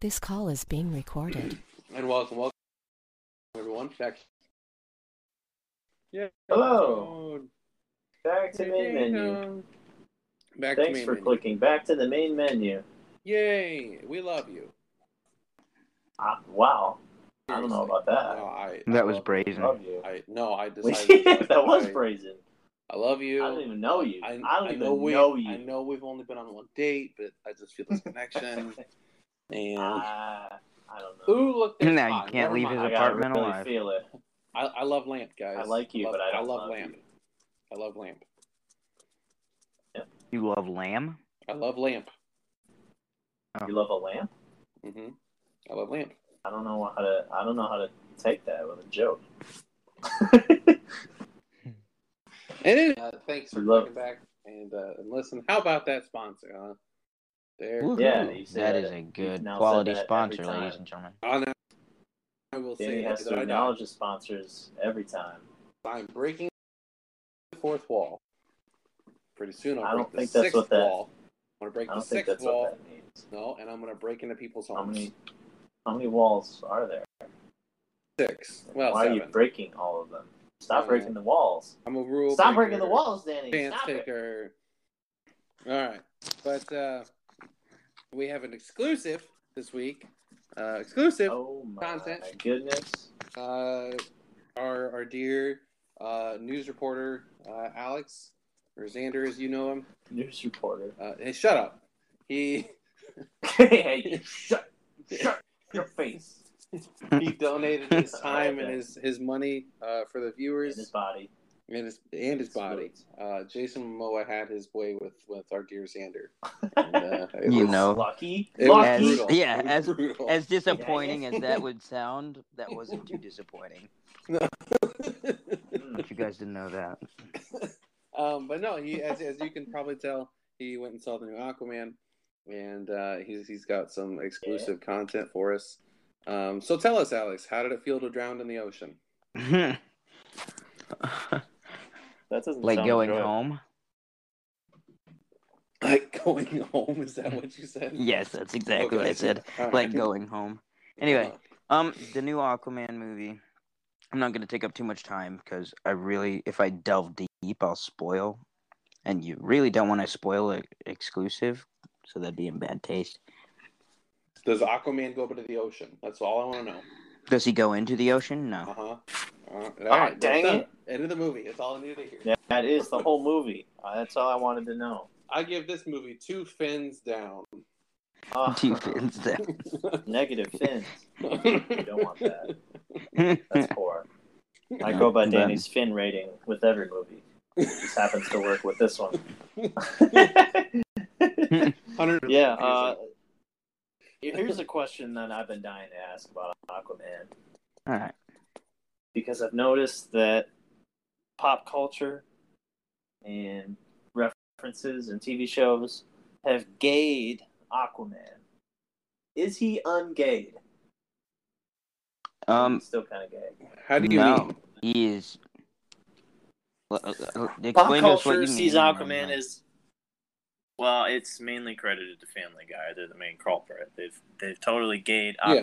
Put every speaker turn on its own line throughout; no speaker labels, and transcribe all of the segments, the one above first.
This call is being recorded.
And welcome, welcome everyone. Back. Yeah.
Hello. Back to main menu.
Back
Thanks
to
for
me.
clicking back to the main menu.
Yay! We love you.
Ah, wow. I don't know
Seriously.
about that.
No, I, I
That was
love-
brazen.
Love you.
I no, I decided
that was
I-
brazen.
I love
I
you.
don't even know you. I, don't even
know,
know,
we,
you.
I know we've only been on one date, but I just feel this connection. and
Ah, I don't know.
ooh, look, there's
Now you
Todd.
can't
Never
leave
mind.
his
I
I,
gotta
apartment
really
alive. Oh.
feel it.
I, I love Lamp, guys.
I like you,
love,
but I don't
love
love
Lamp. I love Lamp.
You love lamb?
I love Lamp.
You love a lamp?
hmm I love Lamp.
I don't know how to. I don't know how to take that with a joke.
And uh, thanks for
Love-
coming back and, uh, and listen. How about that sponsor? Huh? There,
Woohoo.
Yeah, you said
that
it.
is a good
now said
quality
that every
sponsor,
time.
ladies and gentlemen.
I know. I will
Danny
say
has
that
to
I
acknowledge the sponsors every time.
I'm breaking the fourth wall. Pretty soon, I'll
I
break
don't
the
think that's
sixth
what that-
wall. I'm gonna break
I
the
don't
sixth
think that's
wall.
what that means.
No, and I'm gonna break into people's
How
homes.
many? How many walls are there?
Six. Well,
Why
seven.
are you breaking all of them? Stop
Yeah.
breaking the walls.
I'm a rule.
Stop
breaker,
breaking the walls, Danny.
Chance
Stop it.
taker. All right, but uh, we have an exclusive this week. Uh, exclusive.
Oh my
Content.
goodness.
uh, our our dear uh, news reporter uh, Alex or Xander, as you know him.
News reporter.
Uh, hey, shut up. He
hey, you shut, shut your face.
he donated his time and
Okay.
his his money uh, for the
In
viewers
his body.
and his and his
His
body.
words.
Uh, Jason Momoa had his way with with our dear Xander. And, uh, it
You
was-
know.
Lucky.
it was
Lucky.
brutal.
yeah,
It was
as-
brutal.
As disappointing
Yeah.
as that would sound, that wasn't too disappointing.
Mm.
If you guys didn't know that.
Um, but no, he as, as you can probably tell, he went and saw the new Aquaman, and uh, he's he's got some exclusive content for us. Um, so tell us, Alex, how did it feel to drown in the ocean?
That doesn't
like
sound
going
good.
home?
Like going home? Is that what you said?
Yes, that's exactly what
Okay.
I said.
All right.
Like going home. Anyway,
Uh,
um, the new Aquaman movie. I'm not going to take up too much time because I really, if I delve deep, I'll spoil. And you really don't want to spoil an exclusive, so that'd be in bad taste.
does Aquaman go up into the ocean? That's all I want to know.
Does he go into the ocean? No.
Uh-huh. Uh huh.
Ah, dang it.
End of the movie. That's all I needed to hear.
That- That is the whole movie. Uh, that's all I wanted to know.
I give this movie two fins down.
Uh,
Two fins
Negative fins. You
I
don't want that.
down.
That's poor. I go by
Done.
Danny's fin rating with every movie. This happens to work with this one. Yeah. Uh, here's a question that I've been dying to ask about Aquaman
All right.
because I've noticed that pop culture and references and TV shows have gayed Aquaman. Is he ungayed?
Um,
He's still kind of gay.
How do you
No.
mean?
Um, he is. L- l- l-
Pop
Explain to us what
culture
you mean.
sees
and then,
Aquaman
like-
as well. It's mainly credited to Family Guy. They're the main culprit. They've they've totally gayed
Yeah.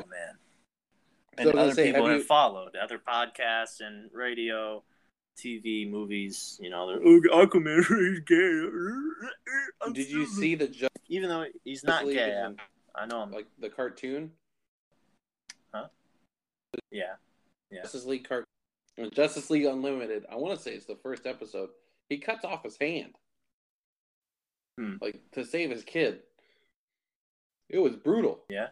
So
Aquaman. and
I was gonna
other
say,
people
have
have
you-
followed other podcasts and radio tv movies you know they're "Oh, aquaman is gay I'm
Did you
stupid."
see the Justice
even though he's not
League
gay
and-
i know him
like the cartoon
yeah Yeah.
Justice League cart or Justice League Unlimited. I want to say it's the first episode. He cuts off his hand,
Hmm.
like to save his kid. It was brutal.
Yeah?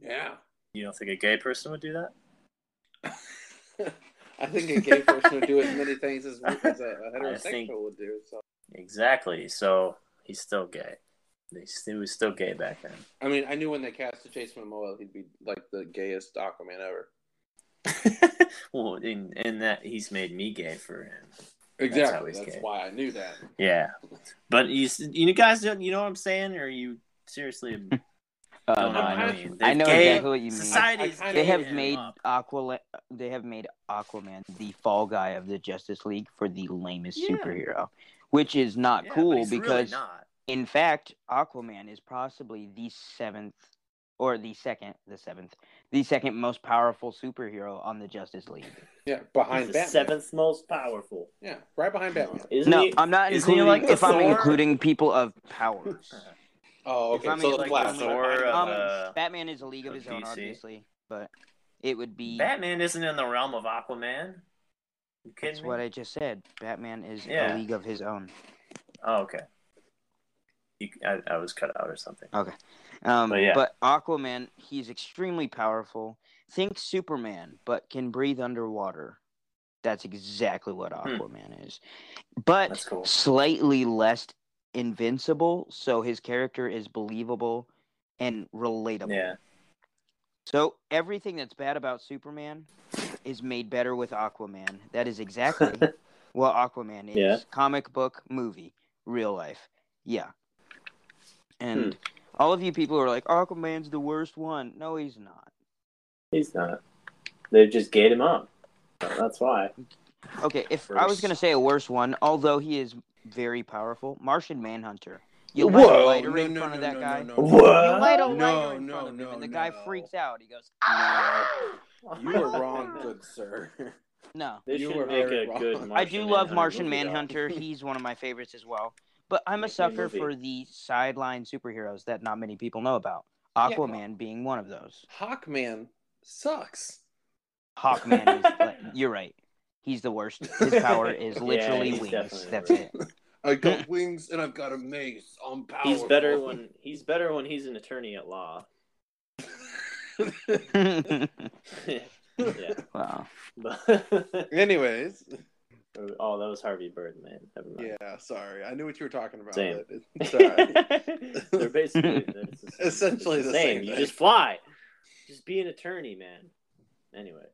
yeah.
you don't think a gay person would do that
I think a gay person would do as many things as, as a, a
I
heterosexual
think-
would do. So
exactly so he's still gay They- he was still gay back then
I mean, I knew when they cast Jason Momoa, he'd be like the gayest Aquaman ever.
well in, in that he's made me gay for him
Exactly.
he's
That's,
gay.
why I knew that.
yeah but you s- you guys don't you know what i'm saying or you seriously
Uh,
don't know,
no, I
what
know,
you mean.
I
They've
know
gay-
exactly what you mean.
Society's
I- I kinda
they
know
have
gaying
made
up.
Aquala- They have made Aquaman the fall guy of the Justice League for the lamest
Yeah.
superhero, which is not
Yeah, but
cool
he's really
because,
not.
in fact, Aquaman is possibly the seventh or the second, the seventh, the second most powerful superhero on the Justice League.
Yeah, behind
He's the
Batman.
seventh most powerful.
Yeah, right behind Batman.
Isn't
No,
he?
I'm not
isn't he
including
like the
if I'm
Thor?
including people of powers.
Oh,
If
okay.
I'm
So the
like
Flash.
the
okay.
Thor,
um,
uh,
Batman is a league of his own,
DC.
obviously, but it would be
Batman isn't in the realm of Aquaman. You kidding
that's
me?
what I just said. Batman is
Yeah.
a league of his own.
Oh, okay. You, I, I was cut out or something.
Um,
But yeah.
but Aquaman, he's extremely powerful. Think Superman, but can breathe underwater. That's exactly what Aquaman is. But
Hmm. That's cool.
slightly less invincible, so his character is believable and relatable.
Yeah.
So everything that's bad about Superman is made better with Aquaman. That is exactly what Aquaman is.
Yeah.
Comic book, movie, real life. Yeah. And all of you people who are like, Aquaman's the worst one. No, he's not.
He's not. They just gate him up. That's why.
Okay, if I was
Worse.
going to say a worse one, although he is very powerful, Martian Manhunter. You light a
Whoa!
lighter
No,
in
no,
front
no,
of that
no,
guy.
no, no, no.
What?
You light
No,
a lighter in
no,
front of him,
no,
and the guy
no.
freaks out. He goes,
You were wrong, good sir.
No.
They
You
should
were
make
very
a
wrong.
good.
I
I
Martian
do love
Manhunter
Martian
movie, though.
Manhunter. He's one of my favorites as well. But I'm a
Make a
sucker
movie.
for the sideline superheroes that not many people know about. Aquaman being one of those.
Hawkman sucks.
Hawkman is like, you're right. He's the worst. His power is
Yeah,
literally
he's
wings.
definitely
That's
the
it.
I got wings and I've got a mace. I'm powerful.
He's better when he's better when he's an attorney at law. yeah,
wow.
but
Anyways,
oh, that was Harvey Birdman. Never mind.
yeah, sorry. I knew what you were talking about.
Same.
It- It's uh, all right.
They're basically it's the same-
Essentially
it's
the same
You
thing.
just fly. Just be an attorney, man. Anyway,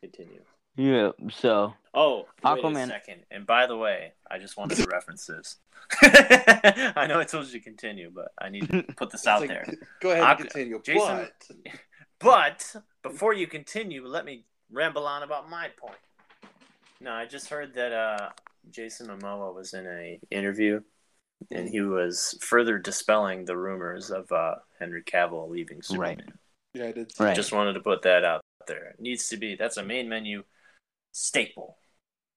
continue.
Yeah. So
Oh, Wait
Aquaman.
a second. And by the way, I just wanted to reference this. I know I told you to continue, but I need to put this out
It's
there.
like- Go ahead and
Aqu-
continue.
Jason-
But
But before you continue, let me ramble on about my point. No, I just heard that uh, Jason Momoa was in a interview, and he was further dispelling the rumors of uh, Henry Cavill leaving Superman.
Right.
yeah, I did. see-
Right.
Just wanted to put that out there. It needs to be that's a main menu staple.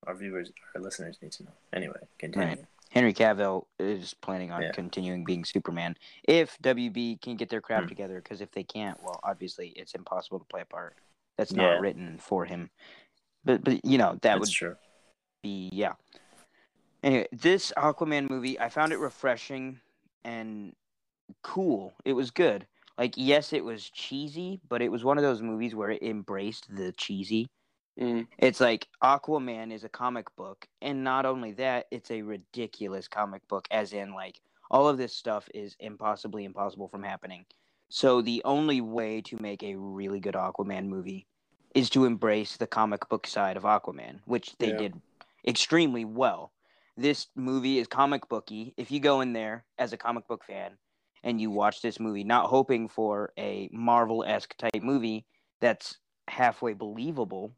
Our viewers, our listeners need to know. Anyway, continue.
Right. Henry Cavill is planning on
Yeah.
continuing being Superman if WB can get their crap
Hmm.
together. Because if they can't, well, obviously it's impossible to play a part that's not
Yeah.
written for him. But but you know that
That's
would
true.
be yeah. Anyway, this Aquaman movie, I found it refreshing and cool. It was good. Like yes, it was cheesy, but it was one of those movies where it embraced the cheesy.
Mm.
It's like Aquaman is a comic book, and not only that, it's a ridiculous comic book, as in, like, all of this stuff is impossibly impossible from happening. So, the only way to make a really good Aquaman movie is to embrace the comic book side of Aquaman, which they
Yeah.
did extremely well. This movie is comic booky. If you go in there as a comic book fan and you watch this movie, not hoping for a Marvel esque type movie that's halfway believable,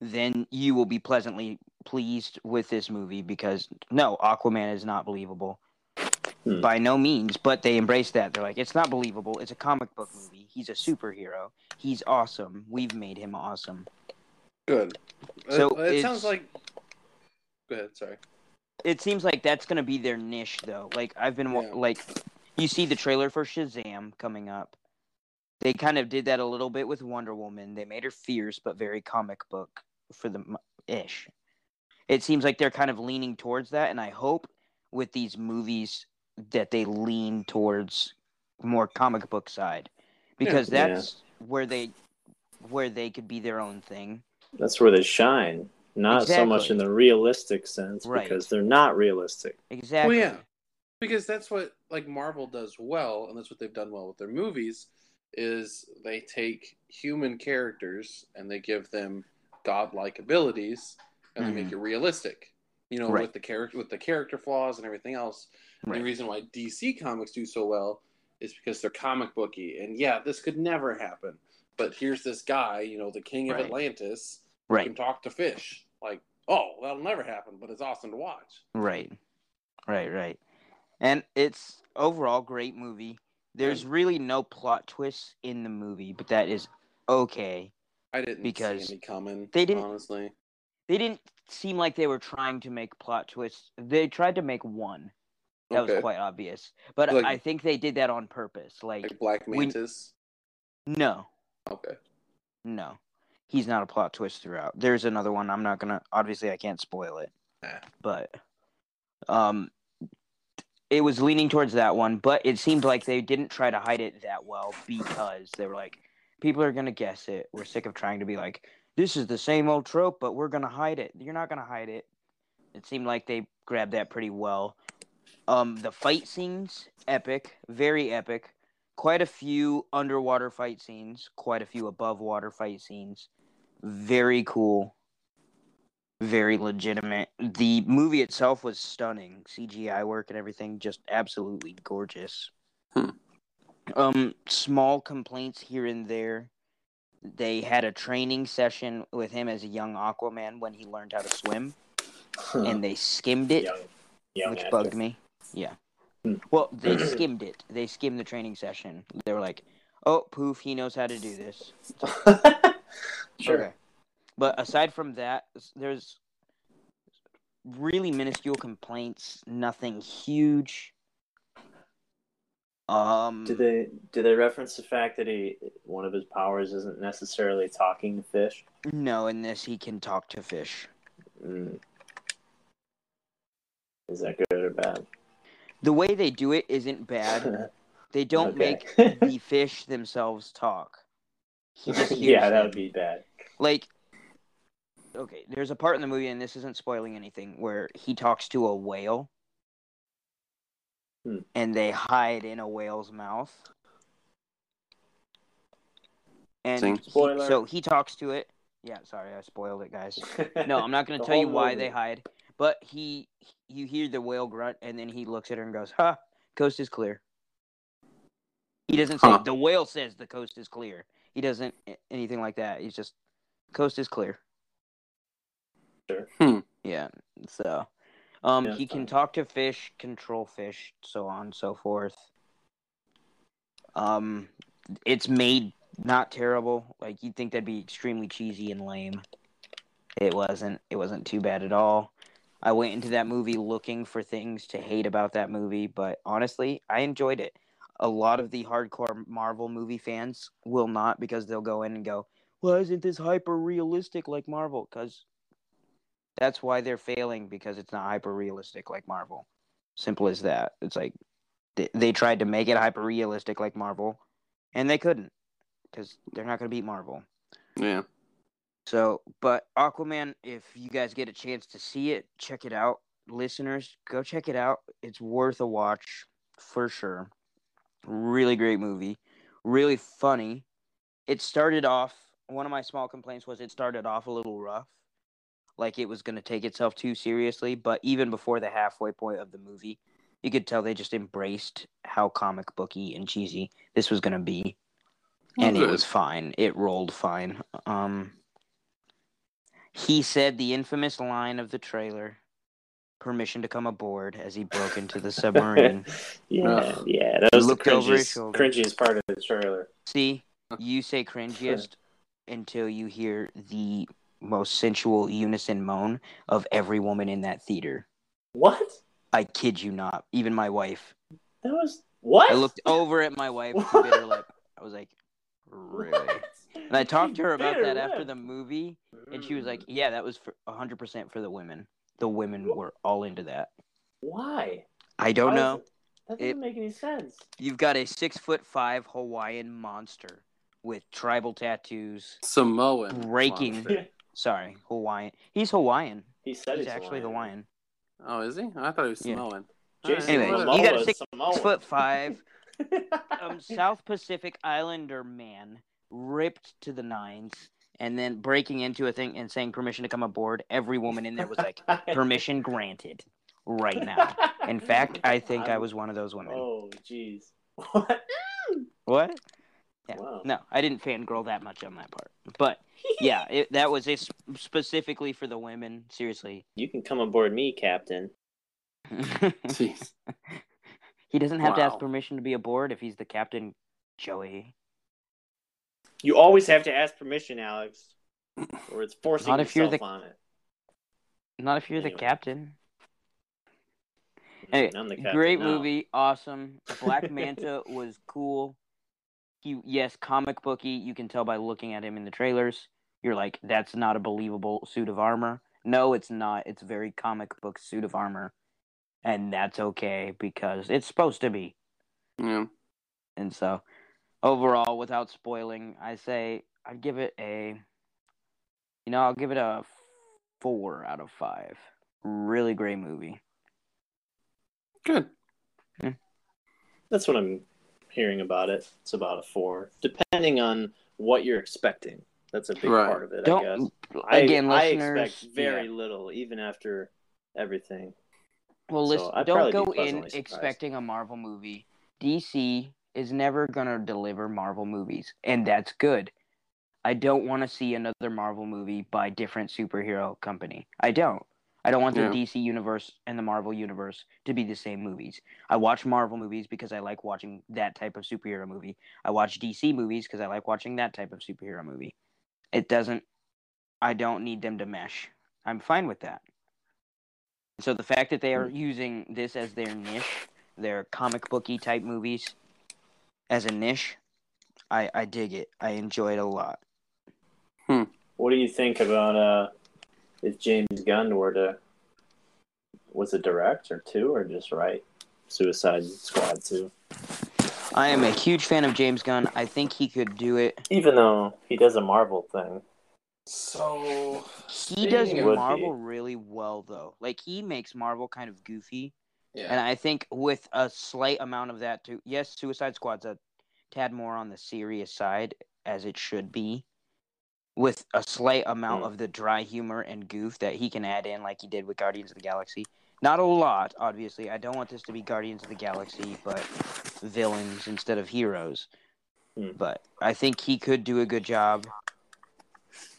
then you will be pleasantly pleased with this movie because no, Aquaman is not believable
Hmm.
by no means, but they embrace that. They're like, it's not believable. It's a comic book movie. He's a superhero. He's awesome. We've made him awesome.
Good.
So
it, it sounds
it's-
like. Go ahead. Sorry.
It seems like that's going to be their niche, though. Like, I've been, wa-
Yeah.
like, you see the trailer for Shazam coming up. They kind of did that a little bit with Wonder Woman. They made her fierce, but very comic book for the m- ish. It seems like they're kind of leaning towards that, and I hope with these movies that they lean towards more comic book side because
Yeah.
that's where they where they could be their own thing.
That's where they shine. Not so much
Exactly.
in the realistic sense
Right.
because they're not realistic.
Exactly.
Well, yeah, because that's what like Marvel does well, and that's what they've done well with their movies is they take human characters and they give them godlike abilities, and they make it realistic. You know,
Mm-hmm. Right.
with the character with the character flaws and everything else.
Right.
The reason why DC comics do so well is because they're comic booky, and yeah, this could never happen. But here's this guy, you know, the king of
Right.
Atlantis, who can
Right.
talk to fish. Like, oh, that'll never happen, but it's awesome to watch.
Right. Right, right. And it's overall great movie. There's really no plot twists in the movie, but that is okay.
I didn't
Because
see any coming.
they didn't-
honestly.
They didn't seem like they were trying to make plot twists. They tried to make one. That
okay.
was quite obvious. But
Like-
I think they did that on purpose. Like,
like Black
we-
Mantis.
no,
Okay.
no. He's not a plot twist throughout. There's another one. I'm not going to, obviously, I can't spoil it.
Nah.
But, um, it was leaning towards that one, but it seemed like they didn't try to hide it that well because they were like, people are going to guess it. We're sick of trying to be like, this is the same old trope, but we're going to hide it. You're not going to hide it. It seemed like they grabbed that pretty well. Um, the fight scenes, epic, very epic. Quite a few underwater fight scenes, quite a few above water fight scenes. Very cool. Very legitimate. The movie itself was stunning. CGI work and everything, just absolutely gorgeous.
Hmm.
Um, small complaints here and there. They had a training session with him as a young Aquaman when he learned how to swim, and they skimmed it
young, young
which
actor.
bugged me. Yeah.
Hmm.
Well, they skimmed it. They skimmed the training session. They were like, "Oh, poof, he knows how to do this."
sure.
But aside from that, s- there's really minuscule complaints. Nothing huge. Um.
Do they do they reference the fact that he one of his powers isn't necessarily talking to fish?
No, in this he can talk to fish.
Mm. Is that good or bad?
The way they do it isn't bad. They don't
Okay.
make the fish themselves talk. He just hears
yeah, that
them.
would be bad.
like okay there's a part in the movie and this isn't spoiling anything where he talks to a whale
Hmm.
and they hide in a whale's mouth and
Sing.
he-
Spoiler.
so he talks to it yeah sorry i spoiled it guys no i'm not going
The
to tell you
whole
why
movie.
they hide but he you hear the whale grunt and then he looks at her and goes ha coast is clear he doesn't say
Huh.
the whale says the coast is clear he doesn't anything like that he's just coast is clear.
Sure.
Hmm.
Yeah. So, um,
Yeah,
he can
fine.
talk to fish, control fish, so on and so forth. Um, it's made not terrible. Like you'd think that'd be extremely cheesy and lame. It wasn't. It wasn't too bad at all. I went into that movie looking for things to hate about that movie, but honestly, I enjoyed it. A lot of the hardcore Marvel movie fans will not because they'll go in and go, why isn't this hyper realistic like Marvel? Because that's why they're failing because it's not hyper realistic like Marvel. Simple as that. It's like they, they tried to make it hyper realistic like Marvel, and they couldn't because they're not going to beat Marvel.
Yeah.
So, but Aquaman, if you guys get a chance to see it, check it out. Listeners, go check it out. It's worth a watch for sure. Really great movie. Really funny. It started off, one of my small complaints was it started off a little rough. Like it was going to take itself too seriously. But even before the halfway point of the movie, you could tell they just embraced how comic booky and cheesy this was going to be. And it
Good.
was fine. It rolled fine. Um, he said the infamous line of the trailer permission to come aboard as he broke into the submarine.
yeah,
Ugh.
yeah, that was the
Looked over his
cringiest,
shoulder.
cringiest part of the trailer.
See, you say cringiest until you hear the most sensual unison moan of every woman in that theater.
What?
I kid you not, even my wife.
That was what?
I looked over at my wife, she bit her lip. I was like, really?
What?
And I talked to her
She
about
bit
that after
lip.
the movie, and she was like,
Mm.
yeah, that was for 100% for the women. The women were all into that.
"Why?
I don't
Why is
know.
it- That
It-
doesn't make any sense."
You've got a six foot five Hawaiian monster with tribal tattoos.
Samoan.
Breaking.
monster.
Sorry, Hawaiian. He's Hawaiian.
he said
He's actually Hawaiian.
Oh, is he? I thought he was
Yeah.
Samoan.
Jason
Anyway,
Alright.
Momoa
you gotta
is
stick-
Samoan.
Six foot five, um, South Pacific Islander man, ripped to the nines, and then breaking into a thing and saying permission to come aboard. Every woman in there was like, permission granted right now. In fact, I think i
I'm-
was one of those women.
Oh, jeez. What?
What? Yeah.
Wow.
No, I didn't fangirl that much on that part. But yeah, it, that was a, sp- specifically for the women. Seriously.
You can come aboard me, Captain.
Jeez.
he He doesn't have to ask
Wow.
permission to be aboard if he's the captain, Joey.
You always have to ask permission, Alex, or it's forcing
Not
Not
if you're the-
on it.
Not if you're
Anyway.
the captain. Hey,
I'm the captain
Great
now.
movie, awesome. Black Manta was cool. He yes, comic booky. You can tell by looking at him in the trailers. You're like, that's not a believable suit of armor. No, it's not. It's a very comic book suit of armor, and that's okay because it's supposed to be.
Yeah.
And so, overall, without spoiling, I say I'd give it a, you know, I'll give it a four out of five. Really great movie.
Good.
That's what I'm hearing about it. It's about a four, depending on what you're expecting. That's a big
Right.
part of it, I guess.
Don't
I,
again,
I
listeners.
expect very
yeah.
little, even after everything.
Well,
so
listen,
I'd
don't
probably
go
be
in
pleasantly surprised.
expecting a Marvel movie. DC is never gonna deliver Marvel movies, and that's good. I don't want to see another Marvel movie by different superhero company. I don't. I don't want the
Yeah.
DC universe and the Marvel universe to be the same movies. I watch Marvel movies because I like watching that type of superhero movie. I watch DC movies because I like watching that type of superhero movie. It doesn't I don't need them to mesh. I'm fine with that. So the fact that they are using this as their niche, their comic booky type movies as a niche, I I dig it. I enjoy it a lot.
What do you think about uh, if James Gunn were to was it direct or two or just write Suicide Squad two?
I am a huge fan of James Gunn. I think he could do it.
Even though he does a Marvel thing,
So
He does
Would be.
Marvel really well though. Like he makes Marvel kind of goofy.
Yeah.
And I think with a slight amount of that too. Yes, Suicide Squad's a tad more on the serious side as it should be. With a slight amount
Mm.
of the dry humor and goof that he can add in like he did with Guardians of the Galaxy. Not a lot, obviously. I don't want this to be Guardians of the Galaxy, but villains instead of heroes.
Mm.
But I think he could do a good job.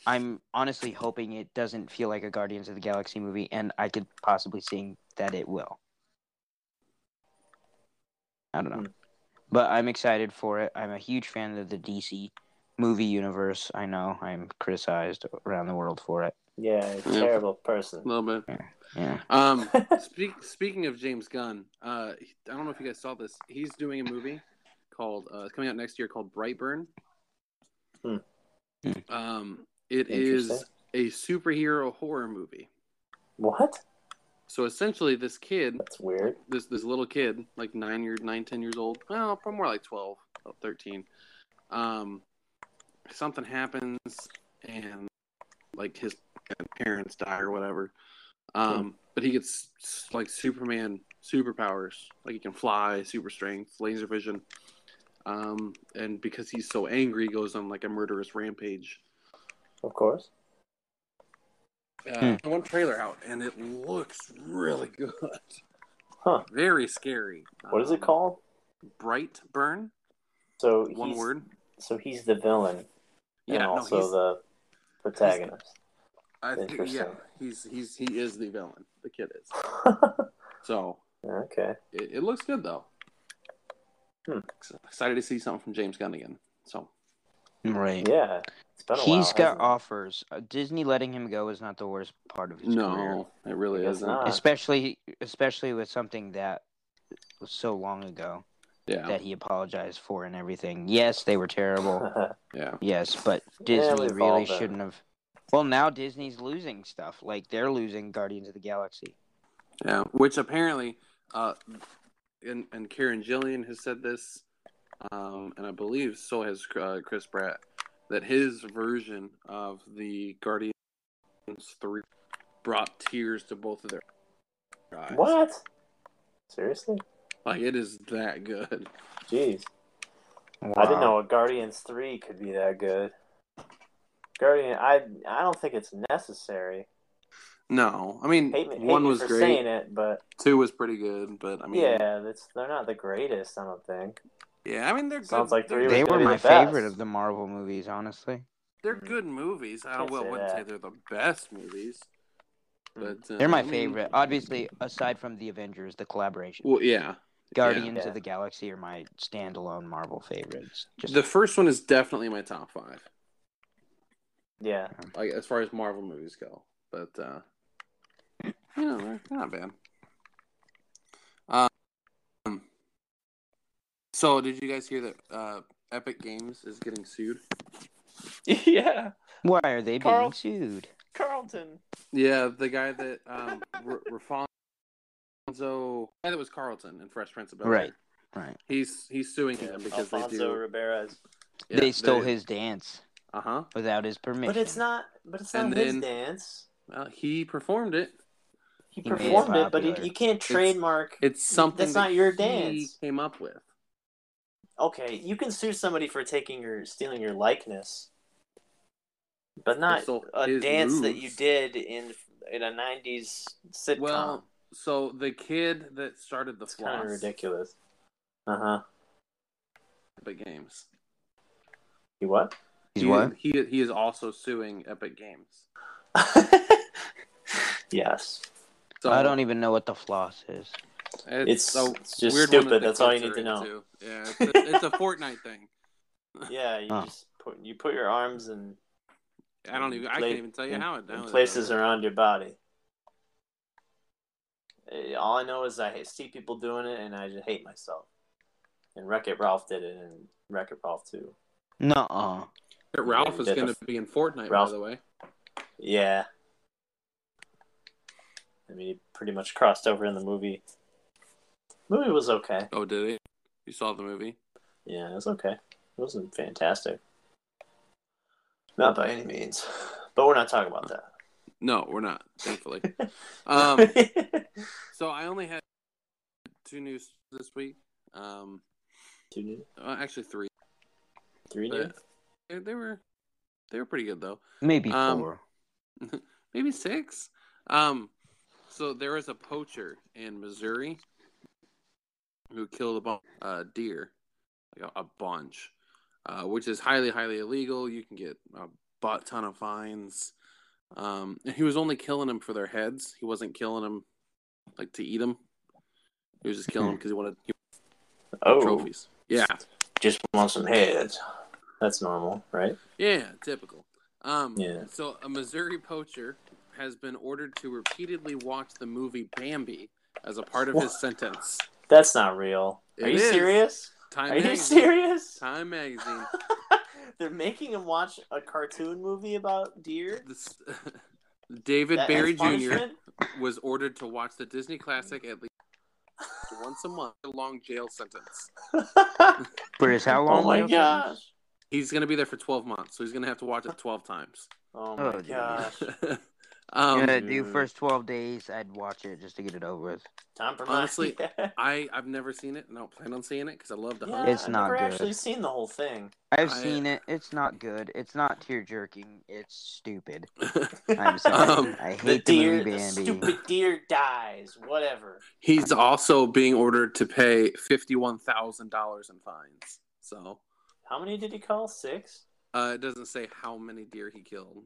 I'm honestly hoping it doesn't feel like a Guardians of the Galaxy movie, and I could possibly see that it will. I don't know.
Hmm.
But I'm excited for it. I'm a huge fan of the DC movie universe. I know I'm criticized around the world for it.
yeah, he's a
Yeah.
terrible person.
a little bit.
Yeah.
Um, speak, speaking of James Gunn, uh, he- I don't know if you guys saw this. He's doing a movie called uh, it's coming out next year called Brightburn.
Hmm.
Hmm.
Um, it is
Interesting.
a superhero horror movie.
What?
So essentially, this kid,
That's weird.
this this little kid, like nine year, nine ten years old, well, probably more like 12, about 13. Um, something happens, and like his parents die or whatever.
Hmm.
Um, but he gets s- like Superman superpowers, like he can fly, super strength, laser vision. Um, and because he's so angry, he goes on like a murderous rampage.
Of course. Hmm.
Uh, One trailer out, and it looks really good.
Huh.
Very scary.
What is
Um,
it called?
Bright burn.
So
One
he's-
word.
So he's the villain and
Yeah, no,
also
he's-
the protagonist.
I think,
Interesting.
yeah, he's he's he is the villain. The kid is. So
okay.
it, it looks good though.
Hmm.
Ex- Excited to see something from James Gunn again. So
Right.
Yeah. It's been a while,
He's got
hasn't it?
offers. Uh, Disney letting him go is not the worst part of his career,
no, it really
It's
isn't.
not.
especially especially with something that was so long ago
Yeah,
that he apologized for and everything. Yes, they were terrible.
yeah.
yes, but
Yeah,
Disney
we've all
really
been.
shouldn't have. Well, now Disney's losing stuff. Like they're losing Guardians of the Galaxy.
Yeah, which apparently, uh, and and Karen Gillian has said this, um, and I believe so has uh, Chris Pratt, that his version of the Guardians three brought tears to both of their eyes.
what? Seriously?
Like it is that good.
Jeez.
Wow.
I didn't know a Guardians three could be that good. Guardian, I I don't think it's necessary.
No, I mean
Hate me, hate
one
me
was
for
great,
saying it, but
two was pretty good, but I mean,
yeah, that's they're not the greatest. I don't think.
yeah, I mean they're
Sounds
good.
like
they're,
three was
They were
gonna be
my
the best.
favorite of the Marvel movies, honestly.
they're good movies. I
Can't
well,
say
wouldn't
that. Mm.
say they're the best movies, but um, uh,
They're my
I mean-
favorite, obviously, aside from the Avengers, the collaboration.
Well, yeah,
Guardians
Yeah.
of the Galaxy are my standalone Marvel favorites. Just
The first one is definitely my top five,
Yeah.
like as far as Marvel movies go. But uh, you know, they're they're not bad. Um, so did you guys hear that uh, Epic Games is getting sued?
yeah.
why are they
Carl?
being sued?
Carlton.
Yeah, the guy that um, R- Rafonso, guy that was Carlton in Fresh Prince of Bel Air.
Right. Right.
He's he's suing them because
Alfonso
they do.
Riberas.
yeah,
they stole his dance
Uh huh.
without his permission.
But it's not. But it's
And
not his
then-
dance.
Well, he performed it.
He
He made it
performed it, but it,
popular.
you can't trademark.
It's something
That's not
that
your
he
dance.
Came up with.
okay, you can sue somebody for taking your stealing your likeness, but not
stole
a
his
dance that
moves.
you did in in a '90s sitcom.
Well, so the kid that started the
it's kind of
floss
ridiculous. Uh huh.
Epic Games.
You what?
He's
he,
what?
He he is also suing Epic Games.
yes,
So
I don't even know what the floss is.
it's
so
it's just
weird one
stupid.
that
That's all you
kids
need to
are
know.
into. Yeah, it's a, it's a Fortnite thing.
Yeah, you
Oh.
just put you put your arms in,
I don't even. I
Play-
can't even tell you
in-
how it.
in
how it
places
does it.
around your body. Eh, All I know is I see people doing it, and I just hate myself. And Wreck It Ralph did it, and Wreck It Ralph too.
Nuh-uh.
Ralph is
Did the-
going to be in Fortnite,
Ralph-
by the way.
Yeah. I mean, he pretty much crossed over in the movie. Movie was okay.
Oh, did he? You saw the movie?
Yeah, it was okay. It wasn't fantastic. Not by any means. But we're not talking about
No, we're not. Thankfully. um,
that.
so I only had two news this week. Um,
Two new?
uh, actually three.
Three new?
But they, they were they were pretty good though.
Maybe
Um,
four.
Maybe six. Um, so there was a poacher in Missouri who killed a bunch uh, deer, like a, a bunch, uh, which is highly highly illegal. You can get a butt ton of fines. Um, and he was only killing them for their heads. He wasn't killing them like to eat them. He was just killing them because he wanted he
Oh,
wanted trophies. Yeah.
just want some heads. That's normal, right?
Yeah, typical. Um,
Yeah.
So a Missouri poacher has been ordered to repeatedly watch the movie Bambi as a part of
What?
his sentence.
That's not real. Are
It
you
is.
serious?
Time
Are you
magazine.
serious?
Time magazine.
They're making him watch a cartoon movie about deer?
This, David
That-
Barry
as
Jr.
punishment?
was ordered to watch the Disney classic at least once a month. A long jail sentence.
But it's how long?
oh my
ago?
gosh.
He's going to be there for twelve months, so he's going to have to watch it twelve times.
Oh my
Oh, geez.
gosh.
um,
yeah, do
dude.
first twelve days. I'd watch it just to get it over with.
Time for
Honestly,
mine. yeah.
I I've never seen it, and I don't plan on seeing it because I love to
Yeah,
hunt.
It's
I've
not
never
good.
actually seen the whole thing.
I've
I-
seen it. It's not good. It's not tear jerking. It's stupid. I'm sorry.
Um,
I
the
hate the,
deer,
movie
the
Bambi.
stupid deer dies. Whatever.
He's also being ordered to pay fifty-one thousand dollars in fines. So
How many did he call? Six.
uh, it doesn't say how many deer he killed,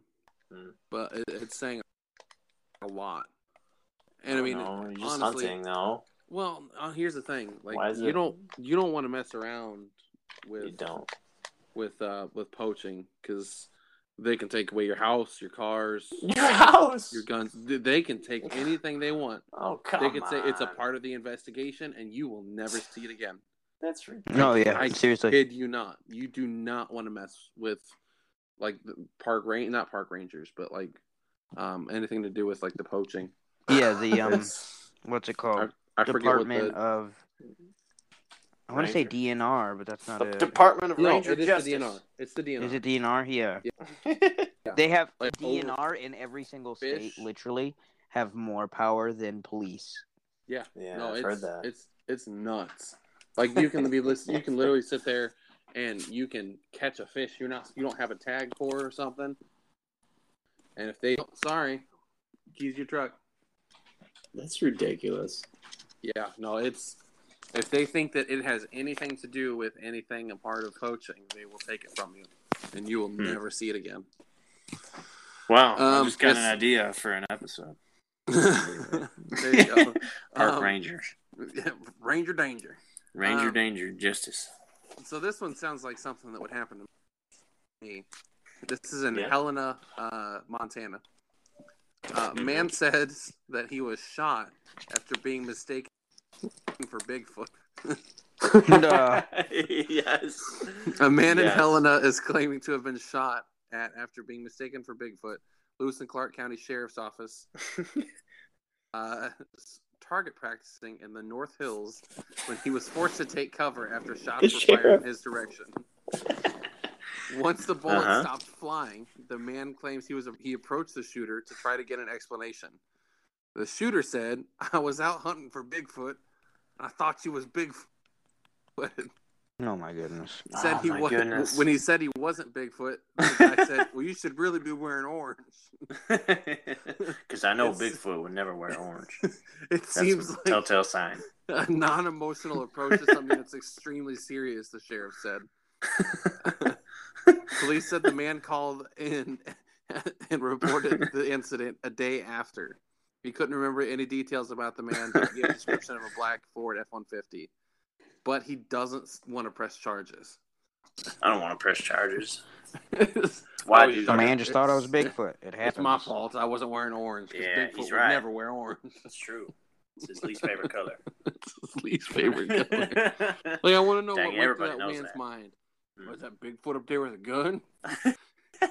Hmm.
but it, it's saying a lot. And I
don't
mean,
know. You're just
honestly-
hunting though.
well, uh, here's the thing:
Why
like
is
you
it-
don't you don't want to mess around with
You don't.
with uh, with poaching because they can take away your house, your cars,
Your house.
your guns. They- They can take anything they want.
Oh come
they can say it's a
on.
part of the investigation, and you will never see it again.
That's ridiculous.
No, Oh, yeah,
I
seriously.
kid you not. You do not want to mess with like the park rain, not park rangers, but like um anything to do with like the poaching.
Yeah, the um,
It's-
what's it called?
I forget what
Department
the
of. I want to say
Ranger.
DNR, but that's not
The
it.
Department of
no,
Ranger
it is
Justice.
the DNR. It's the DNR.
Is it DNR? Yeah.
Yeah.
They have
Like,
DNR in every single
fish.
state. Literally, have more power than police.
yeah,
yeah,
no,
I've
it's,
heard that.
it's it's nuts. Like you can be listen, you can literally sit there and you can catch a fish you're not you don't have a tag for or something. And if they sorry, keys your truck.
That's ridiculous.
Yeah, no, it's if they think that it has anything to do with anything a part of poaching, they will take it from you, and you will never see it again.
Wow,
Um, yes.
idea for an episode.
there you go. Um,
Rangers.
Ranger Danger.
Ranger
Um,
Danger Justice.
So this one sounds like something that would happen to me. This is in
Yeah.
Helena, uh, Montana. Uh, man says that he was shot after being mistaken for Bigfoot.
No.
yes.
A man in
Yes.
Helena is claiming to have been shot at after being mistaken for Bigfoot. Lewis and Clark County Sheriff's Office uh, was target practicing in the North Hills when he was forced to take cover after shots were fired
Sheriff.
in his direction. Once the bullet
Uh-huh.
stopped flying, the man claims he was he approached the shooter to try to get an explanation. The shooter said, "I was out hunting for Bigfoot. I thought you was Bigfoot."
Oh my goodness.
said
Oh,
he
my
was
goodness.
when he said he wasn't Bigfoot. I said, "Well, you should really be wearing orange."
Because I know
It's-
Bigfoot would never wear orange.
it
That's
seems
a
like
telltale sign.
a non-emotional approach to something that's extremely serious. The sheriff said. Police said the man called in and reported the incident a day after. He couldn't remember any details about the man, but he gave a description of a black Ford F-150. But he doesn't want to press charges.
I don't want to press charges.
it's
Why
Oh,
do
you-
that?
Man just thought I was
It's-
Bigfoot. It happens.
my fault. I wasn't wearing orange. 'cause
Yeah,
Bigfoot
he's
would
right.
never wear orange.
It's true. It's his least favorite color.
It's his least favorite color. Like I want to know what
Dang,
went through
everybody
that
knows
man's
that.
mind.
Mm.
Was that Bigfoot up there with a gun?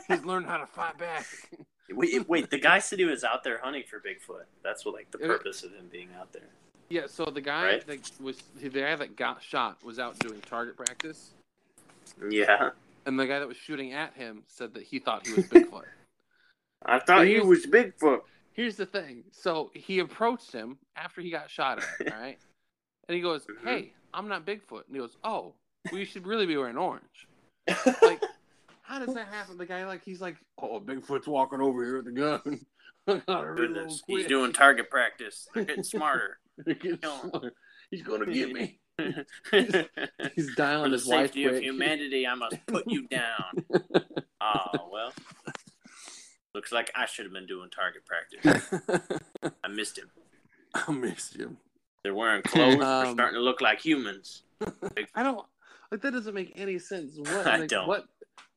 He's learned how to fight back.
wait, wait, the guy said he was out there hunting for Bigfoot. That's what, like, the
Yeah.
purpose of him being out there.
Yeah. So the guy
Right.
that was the guy that got shot was out doing target practice,
Yeah.
and the guy that was shooting at him said that he thought he was Bigfoot.
I
But you here's-
Bigfoot.
Here's the thing. So he approached him after he got shot at. All right. And he goes,
Mhm.
"Hey, I'm not Bigfoot." And he goes, "Oh, well, you should really be wearing orange." Like, how does that happen? The guy, like, he's like, "Oh, Bigfoot's walking over here with a gun." I gotta
Doing
reload
this. He's
quick.
doing target practice. They're getting smarter.
They're getting
No.
smarter. He's gonna get me.
For
He's dialing
the
his wife
safety of
quick.
humanity, I must put you down. Oh, well. Looks like I should have been doing target practice. I missed him.
I missed you.
They're wearing clothes. They're
Um,
starting to look like humans.
I don't like that. Doesn't make any sense. What?
I
like,
don't.
What?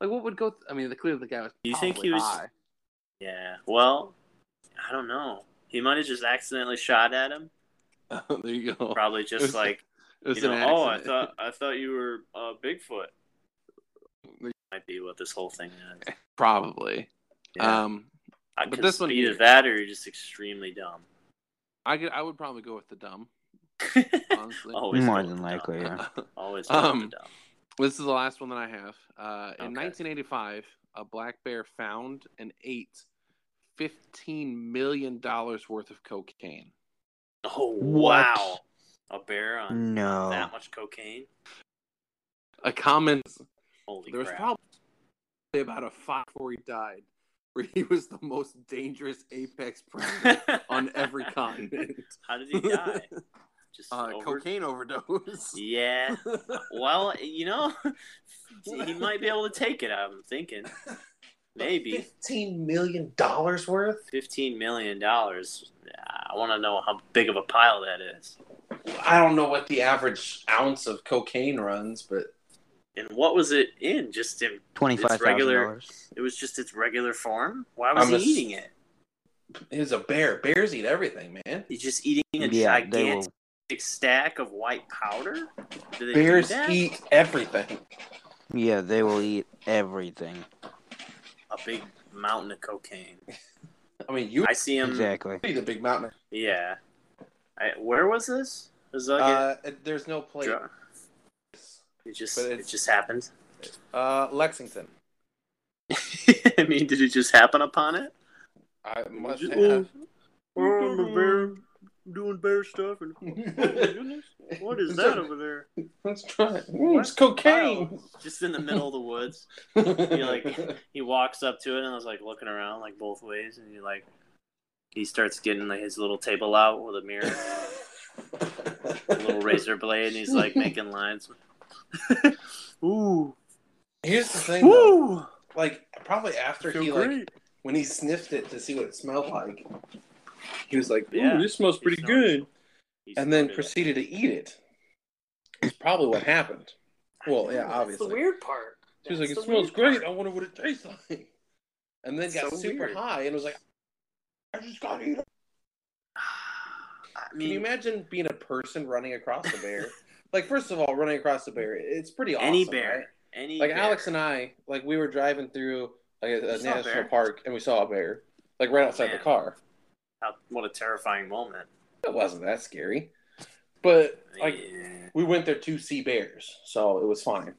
Like what would go? Th- I mean, the clearly the guy was.
You think
probably
he was-
high.
Yeah. Well, I don't know. He might have just accidentally shot at him.
there you go.
Probably
It was-
just like
It was
you know,
an
oh, I
accident.
thought I thought you were uh, Bigfoot. Might be what this whole thing is.
probably.
Yeah.
Um,
I
but
could
this one
be either
here-
that or you're just extremely dumb.
I could. I would probably go with the dumb. Honestly.
Always
More
go with
than
the
likely,
dumb.
yeah.
Always
Um,
um, dumb.
This is the last one that I have. Uh, In
Okay.
1985, a black bear found and ate 15 million dollars worth of cocaine.
Oh
What?
wow! A bear on
No.
that much cocaine.
A common
Holy
There was
crap!
probably about a five before he died, where he was the most dangerous apex predator on every continent.
How did he die? Just
Uh,
over-
cocaine overdose.
Yeah. Well, you know, he might be able to take it. I'm thinking maybe
Fifteen million dollars worth.
fifteen million dollars. I want to know how big of a pile that is.
I don't know what the average ounce of cocaine runs, but
And what was it in? Just in
Twenty-five thousand
regular-
dollars.
it was just its regular form. Why was
I'm
he
ass-
eating it?
it was a bear. Bears eat everything, man.
He's just eating a
Yeah, they will.
gigantic stack of white powder. Do they do
Bears
that?
eat everything.
Yeah, they will eat everything.
a big mountain of cocaine.
I mean, you
I see him.
Exactly.
eat a big mountain.
Yeah. I, where was this? It was like a
Uh, there's no place.
dr- it just
but
it
it's-
just happened.
Uh, Lexington.
I mean, did it just happen upon it?
I must
Just-
have.
Oh, I'm a bear doing bear stuff. And, Oh goodness, what is that over there?
Let's try it. Mm, it's
What?
cocaine.
Wow. Just in the middle of the woods. You're like, he walks up to it and I was like looking around like both ways, and he like, he starts getting like his little table out with a mirror, a little razor blade, and he's like making lines. Ooh,
Here's the thing, though.
woo!
Like, probably after
Feel
he like
great.
when he sniffed it to see what it smelled like, he was like, "Ooh,
Yeah,
this smells
he
pretty
smelled it.
good."
He's
and then
fucking-
proceeded to eat it. It's probably what happened. Well, yeah, obviously.
That's the weird part.
She was like,
That's
"It
the
smells
weird
great. I wonder what it tastes like." And then got
So
super
weird.
high and was like, "I just got to eat." it."
I
Can you
mean,
imagine being a person running across a bear? like, first of all, running across a bear, it's pretty awesome.
any bear,
right?
any
Like
bear.
Alex and I, like we were driving through like a, a
saw a
national
bear.
park and we saw a bear, like right outside
man.
the car.
How, what a terrifying moment.
It wasn't that scary, but like
Yeah.
we went there to see bears, so it was fine.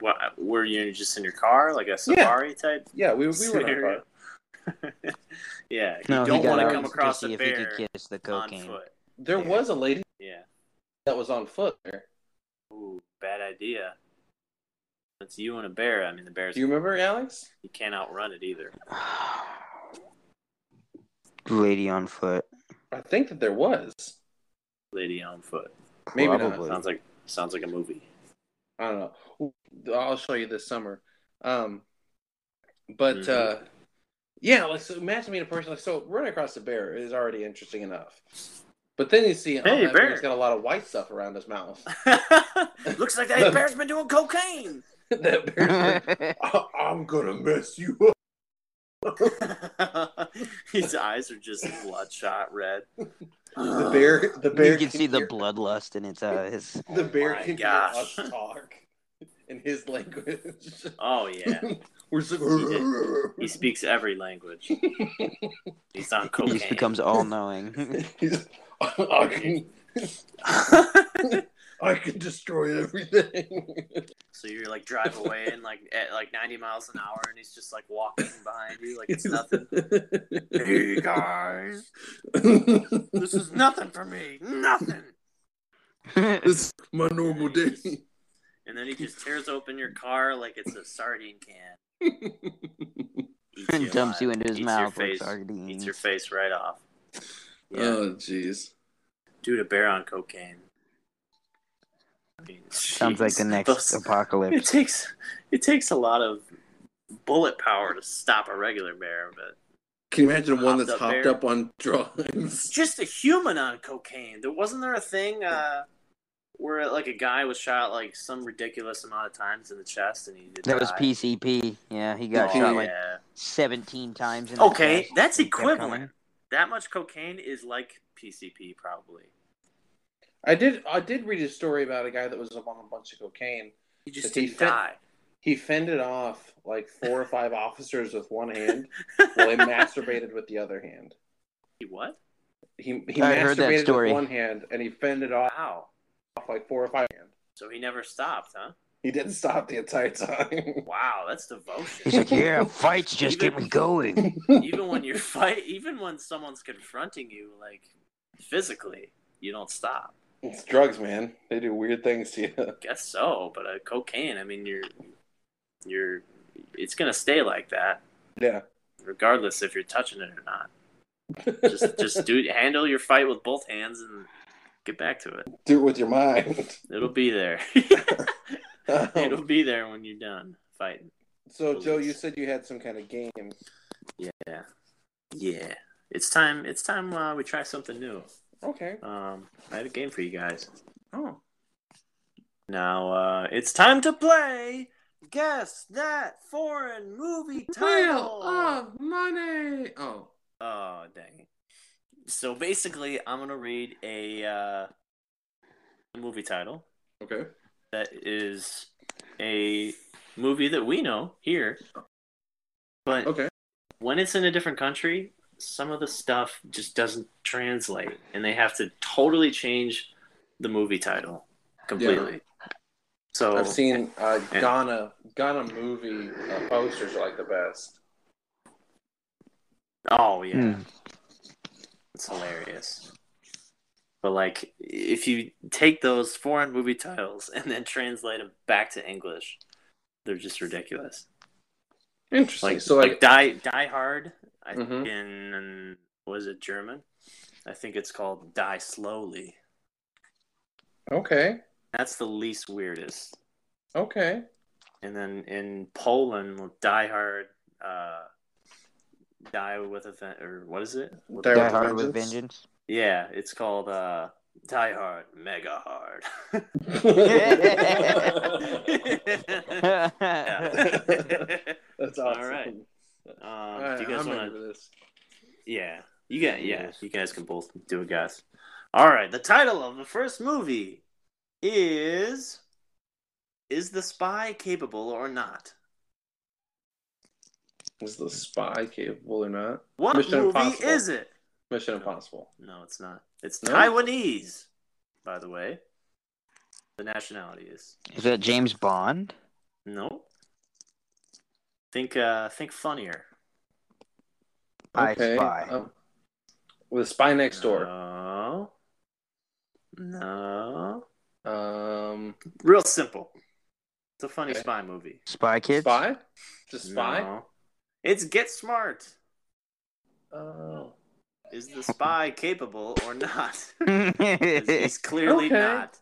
what, were you just in your car, like a safari type?
Yeah, we, we were in our
scenario?
car.
yeah, you
No,
don't
he got
want to
out
come
to
across
see
a
if he
bear
could kiss the
on
cocaine.
foot.
There
Yeah.
was a lady
Yeah.
that was on foot there.
Ooh, bad idea. It's you and a bear. I mean, the bear's
Do you remember Alex?
you can't outrun it either.
Lady on foot.
I think that there was.
Lady on foot.
Maybe not.
probably.
Sounds like sounds like a movie.
I don't know. I'll show you this summer. Um, but
Mm-hmm.
uh, yeah, like so imagine being a person like so running across a bear is already interesting enough. But then you see, oh,
Hey,
that
bear.
has got a lot of white stuff around his mouth.
Looks like that bear's been doing cocaine.
that bear's like, "I- I'm gonna mess you up.
His eyes are just bloodshot red.
The bear, the bear
you can see the
hear-
bloodlust in its eyes.
the bear
Oh my
can
gosh.
hear us talk in his language.
Oh yeah,
We're just like,
did. he speaks every language. He's on
He
cocaine.
just becomes all knowing.
He's- I can, I can destroy everything.
so you're like drive away and like at like 90 miles an hour, and he's just like walking behind you like it's nothing. hey guys, this is nothing for me. Nothing.
That's
is my normal day.
And then he just tears open your car like it's a sardine can. Eats
And dumps
alive.
you into his
Eats
mouth
Your
like
face, Eats
sardines.
your face right off. Yeah.
Oh, jeez.
Dude, a bear on cocaine. I mean,
Sounds like
jeez.
the next
Those- It
apocalypse.
takes it takes a lot of bullet power to stop a regular bear, but
Can you imagine one
Hopped
that's
up
hopped
there.
up on drugs?
just a human on cocaine. There wasn't there a thing uh, where like a guy was shot like some ridiculous amount of times in the chest, and he did
That was
die?
PCP. Yeah, he got
Oh,
shot like
yeah.
17 times in the
okay,
chest.
that's
He kept
equivalent.
coming.
That much cocaine is like PCP, probably.
I did. I did read a story about a guy that was up on a bunch of cocaine.
He just
But he
didn't
fit-
die.
He fended off like four or five officers with one hand, while he masturbated with the other hand.
He what?
He he
I heard that
masturbated
story.
with one hand, and he fended off
Wow.
like four or five. Hand.
So he never stopped, huh?
He didn't stop the entire time.
Wow, that's devotion.
He's like, yeah, fights just get me going.
even when you're fight, even when someone's confronting you, like physically, you don't stop.
it's drugs, man. They do weird things to you.
Guess so, but uh, cocaine. I mean, you're you're it's gonna stay like that,
Yeah.
regardless if you're touching it or not. Just just do handle your fight with both hands and get back to it.
do it with your mind. Um,
It'll be there. It'll be there when you're done fighting.
So Joe,
Please.
you said you had some kind of game.
Yeah, yeah. It's time. It's time uh, we try something new.
Okay.
Um, I have a game for you guys.
Oh.
Now uh, it's time to play. Guess that foreign movie title.
Um. money. Oh.
Oh dang! it. So basically, I'm gonna read a uh, movie title
Okay.
that is a movie that we know here, but
Okay.
when it's in a different country, some of the stuff just doesn't translate, and they have to totally change the movie title completely. So
I've seen uh,
Yeah.
Ghana Ghana movie uh, posters are like the best.
Oh yeah,
Hmm.
it's hilarious. But like, if you take those foreign movie titles and then translate them back to English, they're just ridiculous.
Interesting.
Like,
so
like,
like
Die Die Hard, I
Mhm.
in was it German? I think it's called Die Slowly.
okay,
That's the least weirdest.
okay.
And then in Poland, with Die Hard, uh, Die with a Ven- or what is it?
Die
Die
with
Hard with
Vengeance?
Vengeance.
Yeah, it's called uh Die hard, mega hard.
That's
All
awesome.
right. Um,
All
do you
right,
guys
I'm
want
ready
to?
for this.
Yeah, you got. Yeah,
Yes.
you guys can both do it, guys. All right. The title of the first movie is "Is the Spy Capable or Not?"
Is the spy capable or not?
What
Mission
movie
Impossible.
is it?
Mission Impossible.
No, it's not. It's
No?
Taiwanese, by the way. The nationality is
Is that James Bond?
no. Think, uh, think funnier.
I Spy.
um, with Spy Next Door.
No. No.
Um,
Real simple. It's a funny
Okay.
spy movie.
Spy Kids?
Spy? The Spy?
No. It's Get Smart.
Oh.
Is the spy capable or not? He's he's
Is
clearly
Okay.
not.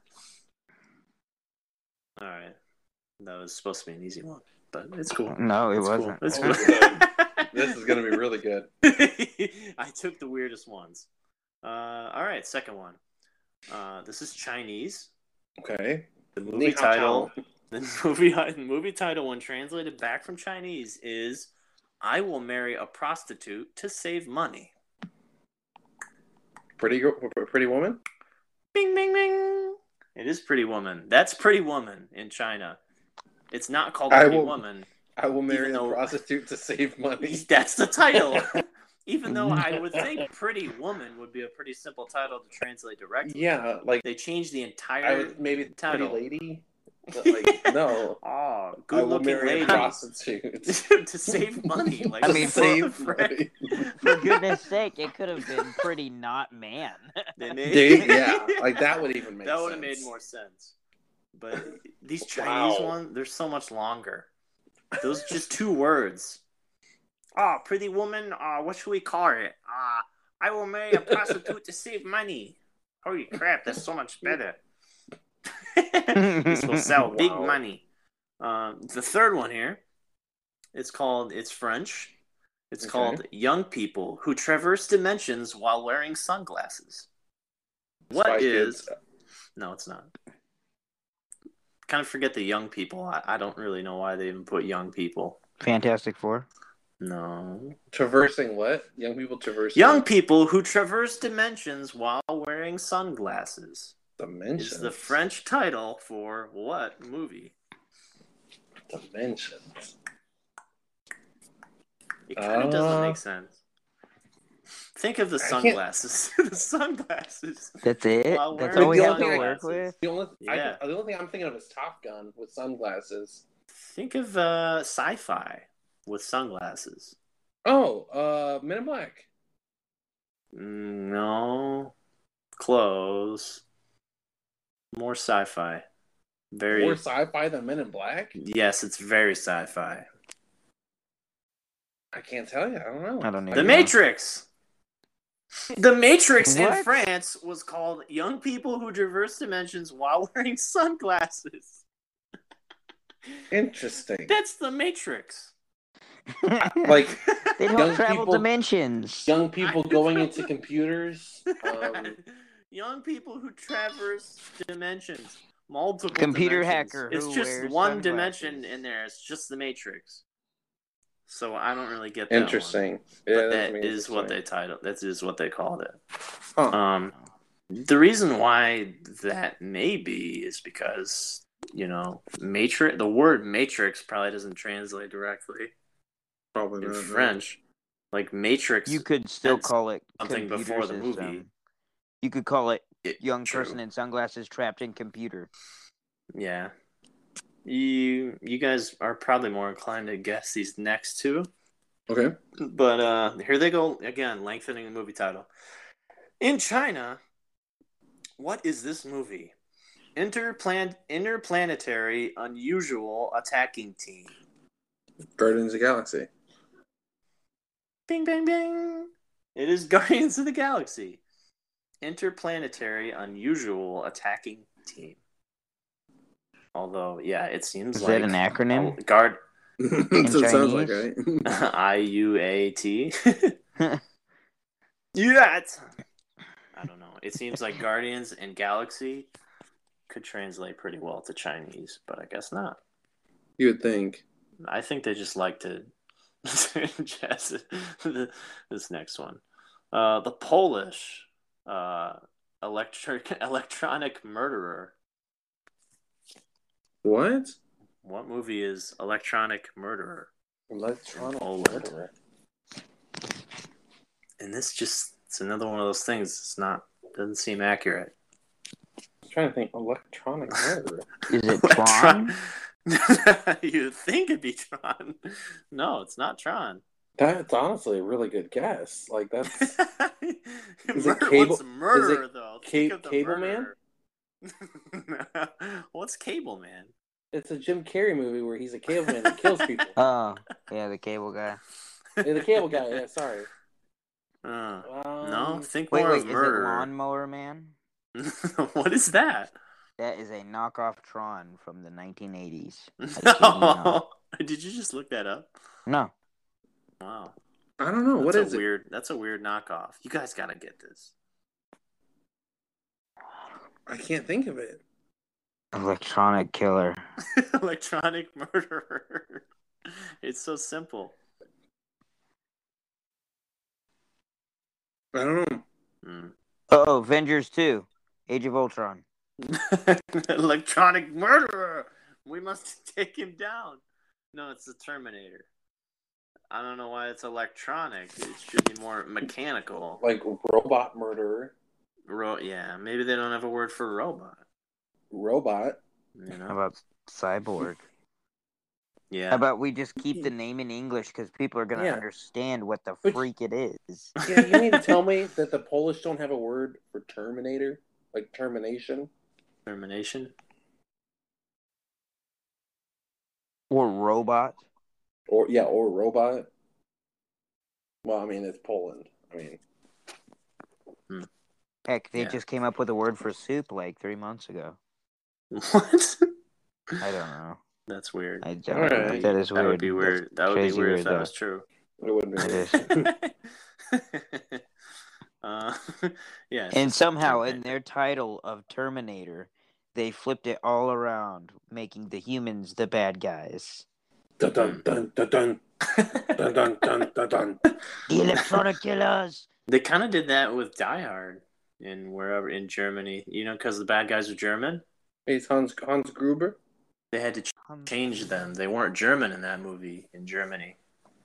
All right. That was supposed to be an easy one, but it's cool.
No, it
It's cool.
wasn't.
It's
Oh,
cool.
This is going to be really good.
I took the weirdest ones. Uh, all right, second one. Uh, this is Chinese.
Okay.
The movie
Nihao
title.
Chao.
The movie. The movie title, when translated back from Chinese, is "I will marry a prostitute to save money."
Pretty, Gir- pretty Woman?
Bing, bing, bing. It is Pretty Woman. That's Pretty Woman in China. It's not called
I
Pretty
will-
Woman.
I will marry
Even though-
a prostitute to save money.
That's the title. Even though I would think Pretty Woman would be a pretty simple title to translate directly.
Yeah, like
They changed the
I
entire.
would maybe pretty
title.
lady. But like no,
Oh,
I will
good-looking
marry
lady
a prostitute.
to save money. Like,
I mean,
what the
save
frick?
For goodness sake, it could have been pretty not man.
They made-
Dude, yeah, like that would even make
that would have
sense.
made more sense. But these
Wow.
Chinese ones, they're so much longer. Those just two words. Ah, pretty woman. Ah, what should we call it? Ah, I will marry a prostitute to save money. Holy crap, that's so much better. this will sell big
Wow.
money. Um, the third one here, it's called. It's French. It's
Okay.
called "Young People Who Traverse Dimensions While Wearing Sunglasses."
Spy
What is?
Kids.
No, it's not. Kind of forget the young people. I, I don't really know why they even put young people.
Fantastic Four.
No.
traversing what? Young people traversing
Young people who traverse dimensions while wearing sunglasses
dimension.
is the French title for what movie?
dimension.
It kind of
Uh,
doesn't make sense. Think of the
I can't-
sunglasses. the sunglasses.
That's it?
While
That's
wearing
all we have to
sunglasses.
work with?
The only I
Yeah.
can, the only thing I'm thinking of is Top Gun with sunglasses.
Think of uh, sci-fi with sunglasses.
Oh, uh, Men in Black.
Mm, No. Close. More sci fi. Very.
More sci-fi than Men in Black.
yes, it's very sci fi.
I can't tell you. I don't know.
I don't know.
The Matrix! The Matrix in
What?
France was called Young People Who Traverse Dimensions While Wearing Sunglasses.
Interesting.
That's The Matrix.
Like
they don't
young
travel
people-
dimensions.
young people going into computers. Um,
Young people who traverse dimensions. Multiple
Computer
dimensions.
hacker
It's
who
just
wears
one
sunglasses.
dimension in there. It's just the Matrix. So I don't really get that one.
interesting.
But
Yeah,
that
that's
is what they
interesting.
titled. That is what they called it.
Huh.
Um, the reason why that may be is because you know matrix. The word matrix probably doesn't translate directly
probably
in
not, no.
French. Like matrix.
You could still
That's
call it
something
computer
before the movie.
system. You could call it
It-
young
true.
person in sunglasses trapped in computer.
Yeah. You you guys are probably more inclined to guess these next two.
Okay.
But uh here they go again, lengthening the movie title. In China, what is this movie? Interplan- interplanetary unusual attacking team.
Guardians of the Galaxy.
Bing bang bing. It is Guardians of the Galaxy. Interplanetary unusual attacking team. Although, yeah, it seems
Is
like
that an acronym?
Oh, guard
That's what it sounds like, right?
Chinese?
I U A T. Yeah, it's. I don't know. It seems like Guardians and Galaxy could translate pretty well to Chinese, but I guess not.
You would think.
I think they just like to jazz it- the- this next one. Uh, the Polish uh, electric electronic murderer.
What?
What movie is Electronic Murderer?
Electronic
Oh, what?
murderer.
And this just it's another one of those things. It's not doesn't seem accurate.
I'm trying to think. Electronic murderer.
Is it
Electron-
Tron?
You'd think it'd be Tron. No, it's not Tron.
that's honestly a really good guess. Like that's Is it
Murder-
Cable-
What's murderer
is it
though?
Ca-
Think of the
Cable Man?
murderer. What's Cable Man?
it's a Jim Carrey movie where he's a caveman that kills people.
Oh, yeah, the cable guy.
Yeah, the cable guy. Yeah, sorry.
Uh,
Um,
no, think
Wait,
more
wait,
of
is it
murderer.
Lawnmower Man?
what is that?
That is a knockoff Tron from the 1980s. I kid you not.
No. Did you just look that up?
no.
Wow.
I don't know. Oh, What
that's
is
a
it?
weird that's a weird knockoff. You guys gotta get this.
I can't think of it.
Electronic killer.
Electronic murderer. It's so simple.
I don't know.
Mm.
Oh, Avengers 2. Age of Ultron.
Electronic murderer. We must take him down. No, it's the Terminator. I don't know why it's electronic. It should be more mechanical.
Like robot murderer,
Ro- yeah, maybe they don't have a word for robot.
robot.
You
How
know?
about Cyborg?
Yeah.
How about we just keep the name in English because people are going to
Hmm. Yeah.
understand what the
Which-
freak it is?
Yeah, you mean to tell me that the Polish don't have a word for Terminator, like termination?
termination?
Or robot?
or yeah, or robot. Well, I mean, it's Poland. I mean,
Heck, they
Yeah.
just came up with a word for soup like three months ago.
What?
I don't know.
That's weird.
I don't know.
Alright.
That is weird.
That would be weird. That would be
crazy
weird,
weird,
if that
though.
was true.
it wouldn't be.
It
Eh.
weird.
is.
uh, yeah. it's
And
just
somehow, in
Terminator.
their title of Terminator, they flipped it all around, making the humans the bad guys.
Dun dun dun dun dun dun dun dun dun. dun.
The electronic killers.
they kind of did that with Die Hard in wherever in Germany, you know, because the bad guys are German.
It's Hans Hans Gruber.
They had to ch-
Um,
change them. They weren't German in that movie in Germany.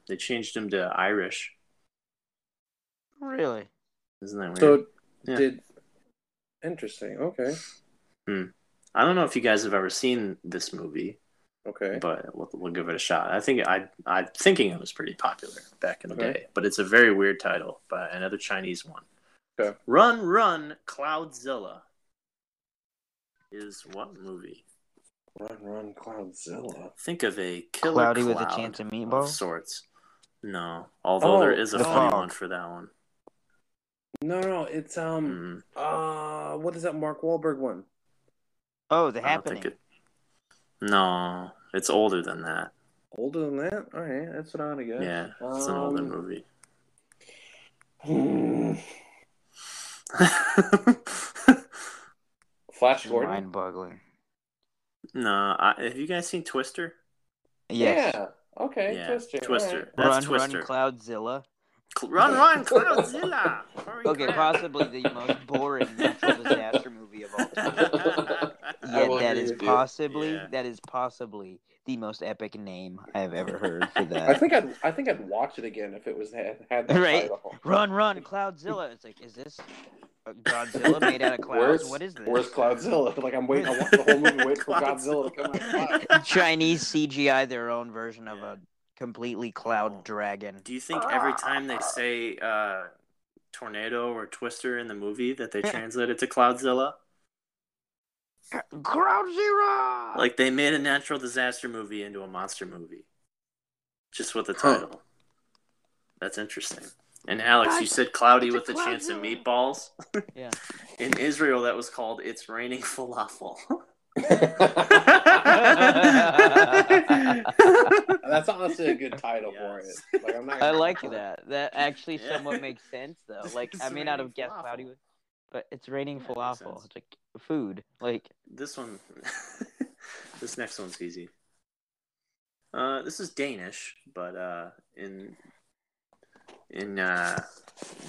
They changed them to Irish.
Really?
Isn't that weird?
So
Yeah.
did interesting. Okay,
I don't know if you guys have ever seen this movie,
okay.
but we'll, we'll give it a shot. I think I I'm thinking it was pretty popular back in the
Okay.
day, but it's a very weird title by another Chinese one.
Okay.
Run, run, Cloudzilla is what movie?
Run run Cloudzilla.
Think of a killer
Cloudy with a
cloud
chance of
of
meatballs.
sorts. No, although
Oh,
there is a
The
funny
Fog.
one for that one.
No, no, it's
Hmm.
um.
Mm,
Uh, what is that Mark Wahlberg one?
Oh, the
I don't
happening.
think it. No, it's older than that.
Older than that? All right, that's what I want to
Yeah,
guess.
it's an older
Um,
movie.
Hmm. Flash Gordon.
Mind boggling.
no, I, have you guys seen Twister?
Yes.
Yeah. Okay.
yeah,
Twister.
Twister.
Alright.
That's
Run,
Twister.
run, Cloudzilla.
Cl- run, run, Cloudzilla! Hurry,
Okay,
crap.
possibly the most boring natural disaster movie of all time.
I
Yet
will
that
agree
is
with you.
possibly
Yeah.
that is possibly the most epic name I have ever heard for
I
that.
think I'd I think I'd watch it again if it was had, had that
Right.
title.
Run, run, Cloudzilla. It's like, is this a Godzilla made out of clouds?
Where's-
what is this?
Where's Cloudzilla? Like I'm waiting. I watched the whole movie waiting for Godzilla to come out.
Cloudzilla.
Chinese CGI their own version of a completely
Oh.
cloud dragon.
Do you think every time they say uh, tornado or twister in the movie that they translate it to Cloudzilla?
Ground Zero.
Like they made a natural disaster movie into a monster movie, just with the
Huh.
title. That's interesting. And Alex, you said cloudy with a chance of meatballs.
Yeah.
In Israel, that was called "It's Raining Falafel."
That's honestly a good title
Yes.
for it. Like I'm not.
I like that. That actually
Yeah.
somewhat makes sense, though. Like, I
It's
may not have
raining
guessed
falafel.
cloudy, with, but it's raining
Yeah, that makes
falafel.
sense.
It's like food. Like
This one, this next one's easy. Uh, this is Danish, but uh, in in uh,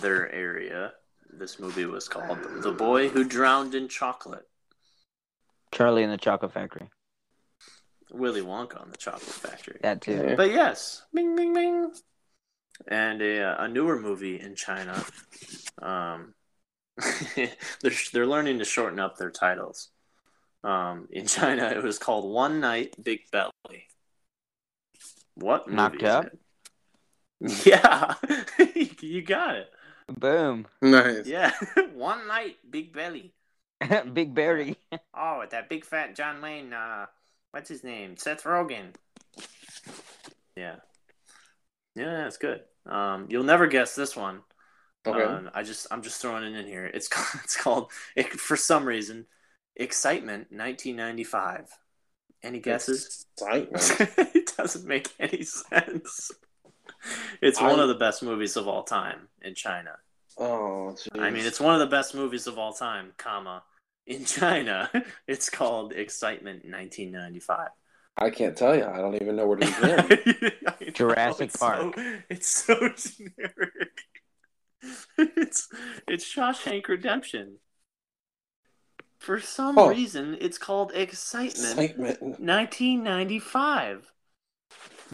their area, this movie was called "The Boy Who Drowned in Chocolate."
Charlie and the Chocolate Factory.
Willy Wonka on the Chocolate Factory.
That too.
Okay.
But yes, Bing Bing Bing. And a, uh, a newer movie in China. Um, they're they're learning to shorten up their titles. Um, in China, it was called One Night Big Belly. What movie
Knocked
is
up?
it? Yeah, you got it.
Boom.
Nice.
Yeah, One Night Big Belly.
Big Berry.
Oh, with that big fat John Wayne. Uh, what's his name? Seth Rogen. Yeah, yeah, that's good. Um, you'll never guess this one.
Okay.
Um, I just I'm just throwing it in here. It's called it's called it, for some reason Excitement 1995. Any guesses?
Excitement.
it doesn't make any sense. It's one
I-
of the best movies of all time in China.
Oh, jeez.
I mean, it's one of the best movies of all time, comma. In China, it's called Excitement 1995.
I can't tell you. I don't even know where to begin.
I know,
Jurassic
it's so- it's so generic. it's it's Shawshank Redemption. For some
Oh.
reason, it's called Excitement
Excitement.
1995.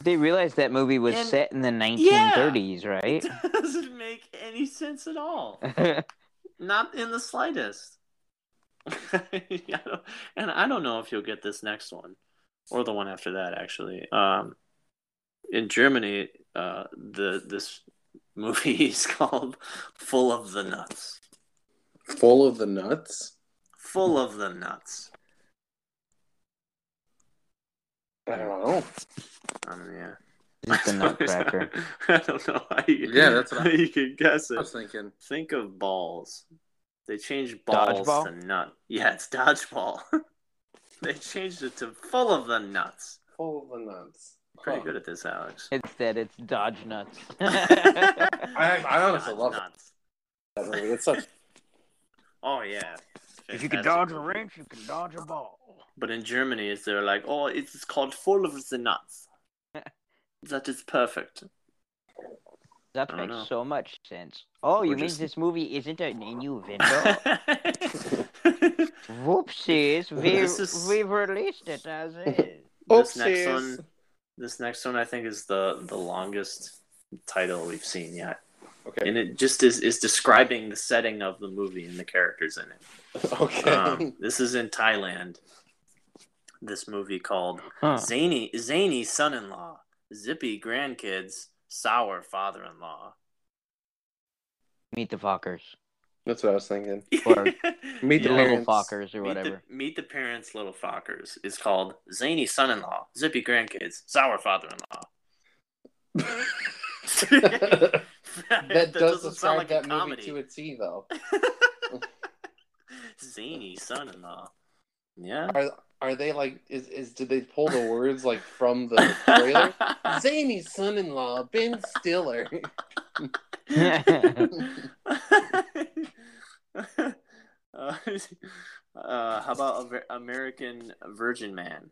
They realized that movie was
And-
set in the 1930s,
It doesn't make any sense at all.
right?
Not in the slightest. I don't- and I don't know if you'll get this next one or the one after that. Actually, um, in Germany, uh, the this movie is called "Full of the Nuts."
Full of the nuts.
Full of the nuts.
I don't know.
I mean, Um, yeah.
Just a nutcracker.
I don't know. How you,
Yeah, that's what
how
I-
you can guess
I
it.
was thinking.
Think of balls. They changed balls
Dodgeball?
to nut. Yeah, it's dodgeball. they changed it to full of the nuts.
Full of the nuts.
Pretty
Huh.
good at this, Alex.
Instead, it's Dodge Nuts.
I- I honestly
Dodge
love it.
nuts.
That movie. It's such.
Oh yeah.
if you can
Fantastic
dodge a
movie.
wrench, you can dodge a ball.
But in Germany, it's they're like, oh, it's called full of the nuts. that is perfect.
That
I don't
makes
know.
so much sense. Oh,
We're
you mean
just-
this movie isn't an new window? Whoopsies, we,
This is-
we've released it as is.
this next
Oopsies.
one, this next one, I think is the the longest title we've seen yet,
Okay.
and it just is is describing the setting of the movie and the characters in it.
Okay.
Um, this is in Thailand. This movie called
Huh.
Zany Zany son-in-law, zippy grandkids, sour father-in-law.
Meet the Fockers.
That's what I was thinking.
Or
Meet the
The
Yeah.
little
parents.
Fockers or
Meet the-
whatever.
Meet the, parents, little fuckers. It's called Zany son-in-law, zippy grandkids, sour father-in-law.
that,
that,
does describe that movie to a T, though.
Zany son-in-law. Yeah.
Are are they like? Is is? Did they pull the words like from the trailer? Zany son-in-law Ben Stiller.
uh, uh, how about Amer- American Virgin Man?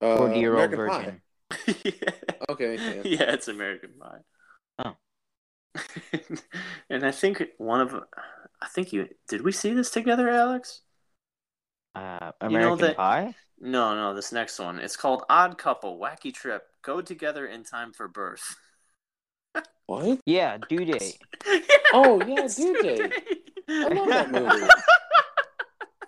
Uh,
Four year old
American
virgin.
yeah.
Pie. Okay. yeah.
it's American Pie.
Oh.
and I think one of, I think you did we see this together, Alex?
Uh,
You know
American
that-
Pie?
No, no, this next one. It's called Odd Couple, Wacky Trip, Go Together in Time for Birth.
What?
Yeah, due date.
Oh, yeah,
it's
Due
Due
Date.
Date.
I love that movie.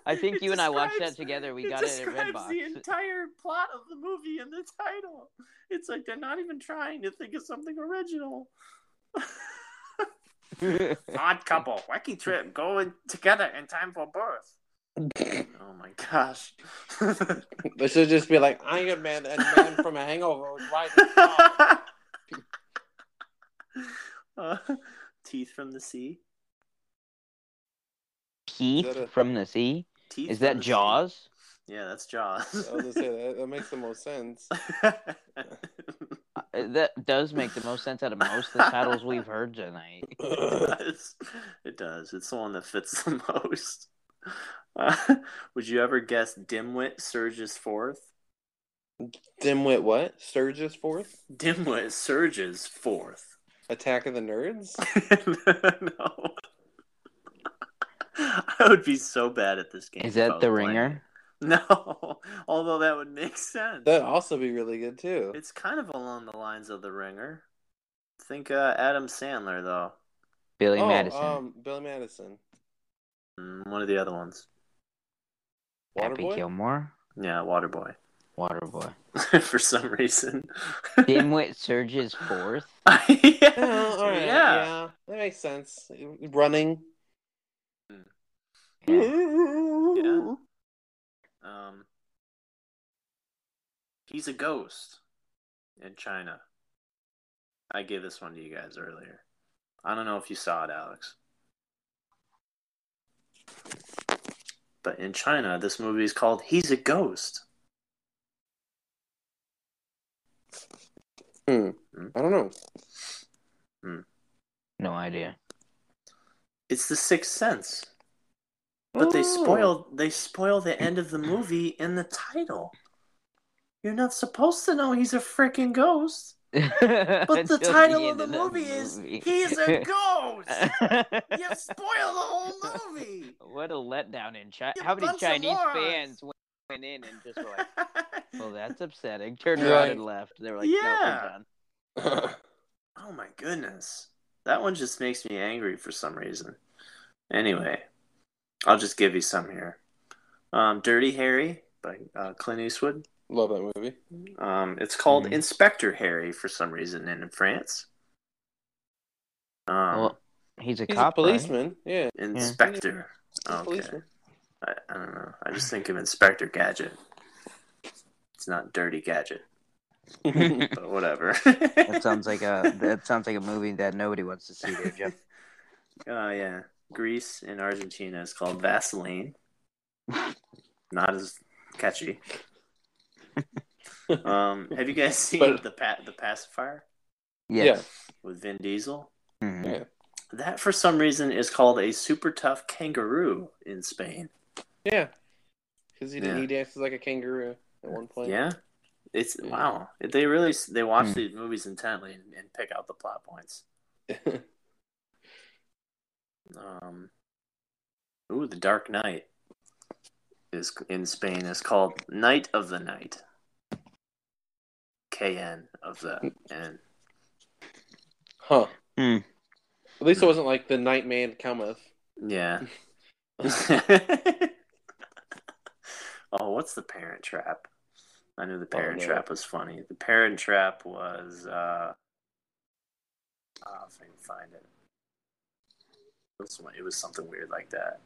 I think
It
you and I watched
describes-
that together. We got it at
describes the
Redbox.
entire plot of the movie in the title. It's like they're not even trying to think of something original. Odd couple, wacky trip, going together in time for birth. oh my gosh.
They should just be like Iron Man and Man from a Hangover was riding. along."
Uh, teeth from the sea.
Keith
that a-
from the Sea?
Teeth
Is
from
that
the sea.
Jaws?
Yeah, that's Jaws.
I was gonna say that, that makes the most sense.
Uh, That does make the most sense out of most of the titles we've heard tonight.
does. It does. It's the one that fits the most. Uh, would you ever guess Dimwit surges forth?
Dimwit what? Surges forth?
Dimwit surges forth.
Attack of the Nerds?
no. I would be so bad at this game.
Is
if I
that
was
the
playing
ringer?
it. No. Although that would make sense.
That'd also be really good too.
It's kind of along the lines of the ringer. Think uh, Adam Sandler though.
Billy
oh,
Madison.
um, Billy Madison.
Mm, One of the other ones.
Happy
Waterboy?
Gilmore.
Yeah, Waterboy.
Waterboy.
For some reason.
Dimwit surges forth.
Yeah, Oh, all right. Yeah.
yeah.
that makes sense. Running.
Yeah.
Yeah. Um, he's a ghost in China. I gave this one to you guys earlier. I don't know if you saw it, Alex. But in China, this movie is called He's a Ghost.
I don't know.
No idea.
It's the sixth sense. But they spoiled they spoil the end of the movie in the title. You're not supposed to know he's a freaking ghost. But the title of the movie is He's a Ghost! you spoiled the whole movie!
What a letdown in China.
You
How many
bunch of
Chinese
morons.
fans went, went in and just were like, well, that's upsetting. Turned
Right.
around and left. They were like, yeah. no,
Yeah.
we're done.
Oh my goodness. That one just makes me angry for some reason. Anyway, I'll just give you some here. Um, Dirty Harry by uh, Clint Eastwood.
Love that movie.
Um, it's called
Mhm.
Inspector Harry for some reason in France. Um,
Well, he's a
He's a
cop.
policeman. Yeah.
Inspector.
He's a
Okay.
policeman.
I, I don't know. I just think of Inspector Gadget. It's not Dirty Gadget,
Right?
but whatever.
that sounds like a that sounds like a movie that nobody wants to see. There, Jeff.
Oh yeah, Greece in Argentina is called Vaseline. Not as catchy. um, have you guys seen
But-
the pa- the pacifier
Yes.
with Vin Diesel?
Mhm.
That for some reason is called a super tough kangaroo in Spain.
Yeah. Because he,
Yeah.
he dances like a kangaroo at one point.
Yeah, it's
Yeah.
wow. They really s- they watch
Hmm.
these movies intently and, and pick out the plot points. Um, ooh, the Dark Knight is in Spain is called Night of the Night. KN of the N.
Huh.
Hmm.
At least it wasn't like the night man cometh.
Yeah. oh, what's the Parent Trap? I knew the Parent
no.
Trap was funny. The Parent Trap was uh, oh, if I can find it. It was, it was something weird like that.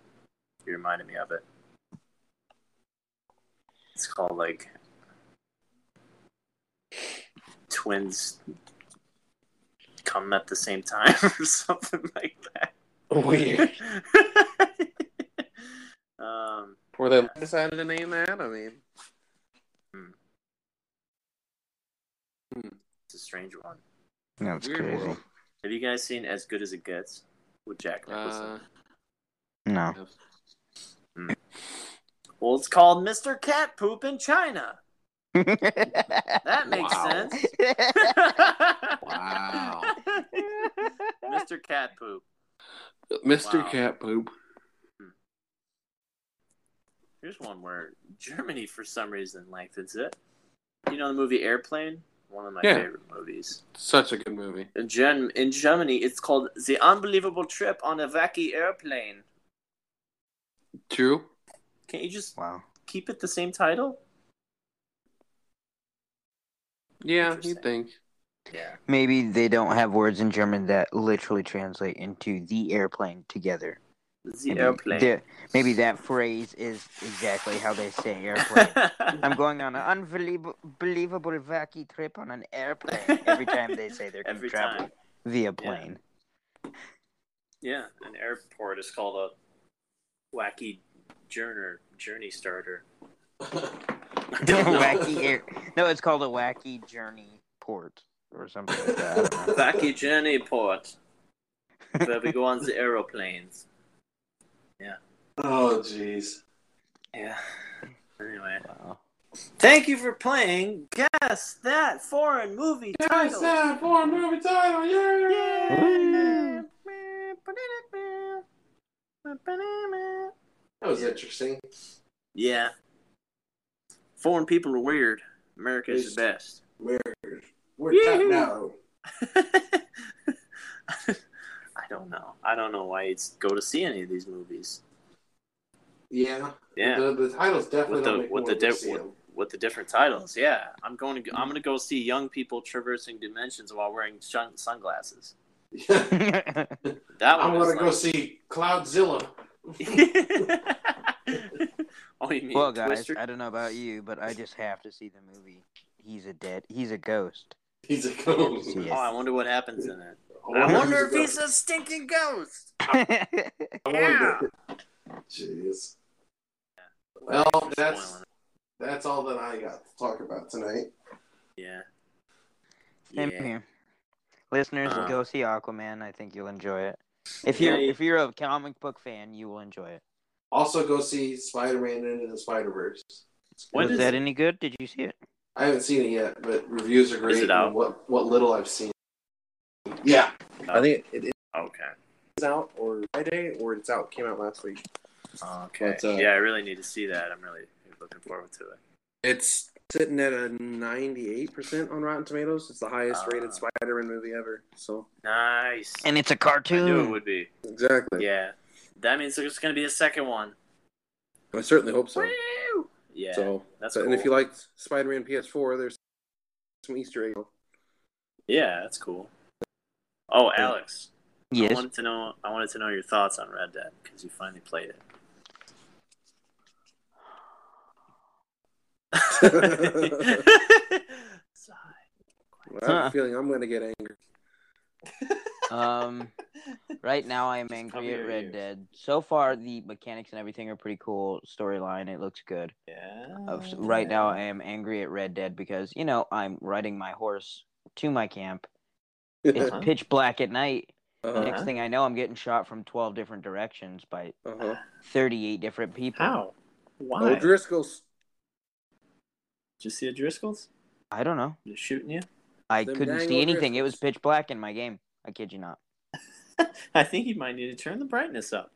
You reminded me of it. It's called like twins come at the same time or something like that
Weird.
um,
Were they decided to name that? I mean,
it's a strange one.
That's
Weird
crazy.
world.
Have you guys seen As Good as It Gets with Jack Nicholson?
uh,
No.
well, it's called Mr. Cat Poop in China. That makes
Wow.
sense.
Wow.
Mr. Cat Poop.
Mr.
Wow.
Cat Poop.
Here's one where Germany, for some reason, lengthens it. You know the movie Airplane? One of my
Yeah.
favorite movies.
Such a good movie.
in, Gen- in Germany, it's called The Unbelievable Trip on a Wacky Airplane.
True.
Can't you just
wow.
keep it the same title?
Yeah, you
Interesting.
think.
Yeah.
Maybe they don't have words in German that literally translate into the airplane together.
The
Maybe
Airplane.
the- maybe that phrase is exactly how they say airplane. I'm going on an unbelievable believable wacky trip on an airplane every time they say they're going to
Every
travel
time.
via plane.
Yeah, an airport is called a wacky journer, journey starter.
wacky air. No, it's called a wacky journey port or something like that. I don't know.
Wacky journey port. where we go on the aeroplanes.
Oh, jeez.
Yeah. Anyway,
Wow.
thank you for playing. Guess that foreign movie
Guys,
title.
sad for a movie title. Yeah.
Woo.
That was interesting.
Yeah. Foreign people are weird. America is the best.
Weird. We're
Yee-hoo.
now.
I don't know. I don't know why you'd go to see any of these movies.
Yeah.
Yeah.
The, the titles definitely
With
don't
the
make
with
me
the
wanna go
di-
see
with,
'em.
with the different titles. Yeah. I'm going to go, I'm going to go see young people traversing dimensions while wearing shun- sunglasses.
Yeah.
That one
I
is
want to go
like-
see Cloudzilla.
oh, you mean
well, guys,
Twister?
I don't know about you, but I just have to see the movie. He's a dead. He's a ghost.
He's a ghost.
Yes.
Oh, I wonder what happens in it.
I
I wonder if
wonder
he's a stinking ghost.
I
Yeah.
wonder. Jeez. Well,
Oh,
that's
Spoiling
that's all that I got to talk about tonight.
it. yeah.
Same here. Listeners,
Uh.
go see Aquaman. I think you'll enjoy it. If
Yeah,
you're
you-
if you're a comic book fan, you will enjoy it.
Also, go see Spider-Man Into the Spider-Verse.
When
Was
is
that
it?
any good? Did you see it?
I haven't seen it yet, but reviews are great.
it
and
out?
What what little I've seen. Yeah,
I
think it,
Okay.
it's out or Friday or it's out. Came out last week.
Okay.
But, uh,
yeah, I really need to see that. I'm really looking forward to it.
It's sitting at a ninety-eight percent on Rotten Tomatoes. It's the highest-rated
Ah.
Spider-Man movie ever. So
Nice.
And it's a
I knew it
cartoon.
would be.
exactly.
Yeah. That means there's going to be a second one.
I certainly hope so.
Woo! Yeah.
so,
that's
so- and if you
cool.
liked Spider-Man PS4, there's some Easter eggs.
yeah, that's cool. Oh, Alex. I
Yes.
wanted to know. I wanted to know your thoughts on Red Dead because you finally played it. Sigh.
I have
Huh.
a feeling I'm going to get angry.
Um, right now I'm
cover
angry
your
at Red
ears.
Dead. So far, the mechanics and everything are pretty cool. Storyline, it looks good.
Yeah.
Of- Right now, I am angry at Red Dead because you know I'm riding my horse to my camp. It's
Uh-huh.
pitch black at night.
Uh-huh.
Next thing I know, I'm getting shot from 12 different directions by
Uh-huh.
38 different people.
How? Why?
Oh, Driscoll's.
Did you see the Driscolls?
I don't know.
Just shooting you?
I
Them
couldn't
dang
see
old
anything. It was
Driscolls.
pitch black in my game. I kid you not.
I think you might need to turn the brightness up.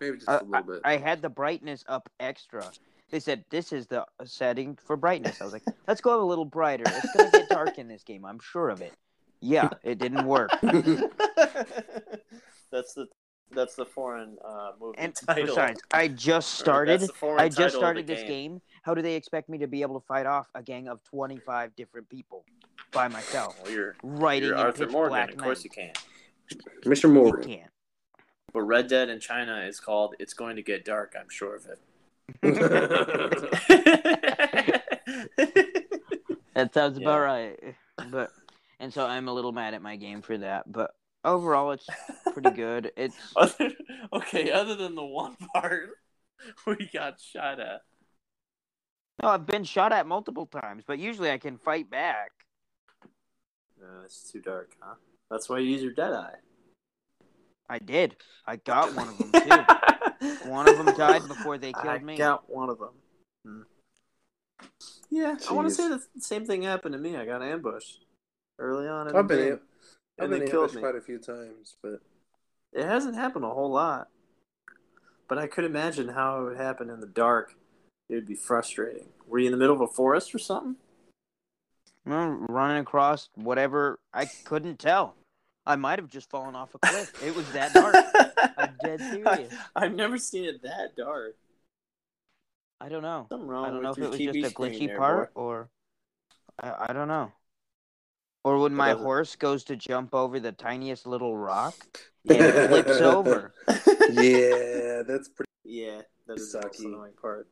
Maybe just
Uh,
a little bit.
I had the brightness up extra. They said this is the uh, setting for brightness. I was like, let's go a little brighter. It's gonna get dark in this game. I'm sure of it. Yeah, it didn't work.
that's the that's the foreign uh, movie
And
title.
besides, I just
Or
started.
that's the foreign
I just
title of the
started this game. How do they expect me to be able to fight off a gang of 25 different people by myself,
Well, you're,
riding
you're
in
Arthur
pitch
Morgan.
black
Of course you
night?
can.
Mr.
You
Morgan.
can't.
But Red Dead in China is called "It's Going to Get Dark." I'm sure of it.
That sounds
Yeah.
about right. But and so I'm a little mad at my game for that. But overall, it's pretty good. It's
Other- okay, other than the one part we got shot at.
No, I've been shot at multiple times, but usually I can fight back.
No, it's too dark, huh? That's why you use your dead eye.
I did. I got one of them too. one of them died before they killed
I
me.
got one of Hmm. them. Yeah, I want
Jeez.
to say the same thing happened to me. I got ambushed early on. In
I've
the
been,
game,
am- I've
and
been
they killed
ambushed
me.
quite a few times, but
It hasn't happened a whole lot, but I could imagine how it would happen in the dark. It would be frustrating. Were you in the middle of a forest or something?
No, running across whatever. I couldn't tell. I might have just fallen off a cliff. It was that dark. I'm dead serious.
I, have never seen it that dark.
I don't know.
Something wrong
I don't know if
with your
it was
TV
just a
screen
glitchy
there,
part or I, I don't know. Or when my
Whatever.
horse goes to jump over the tiniest little rock and it flips over.
boy.
yeah, that's pretty.
yeah, that is the most
Sucky.
annoying part.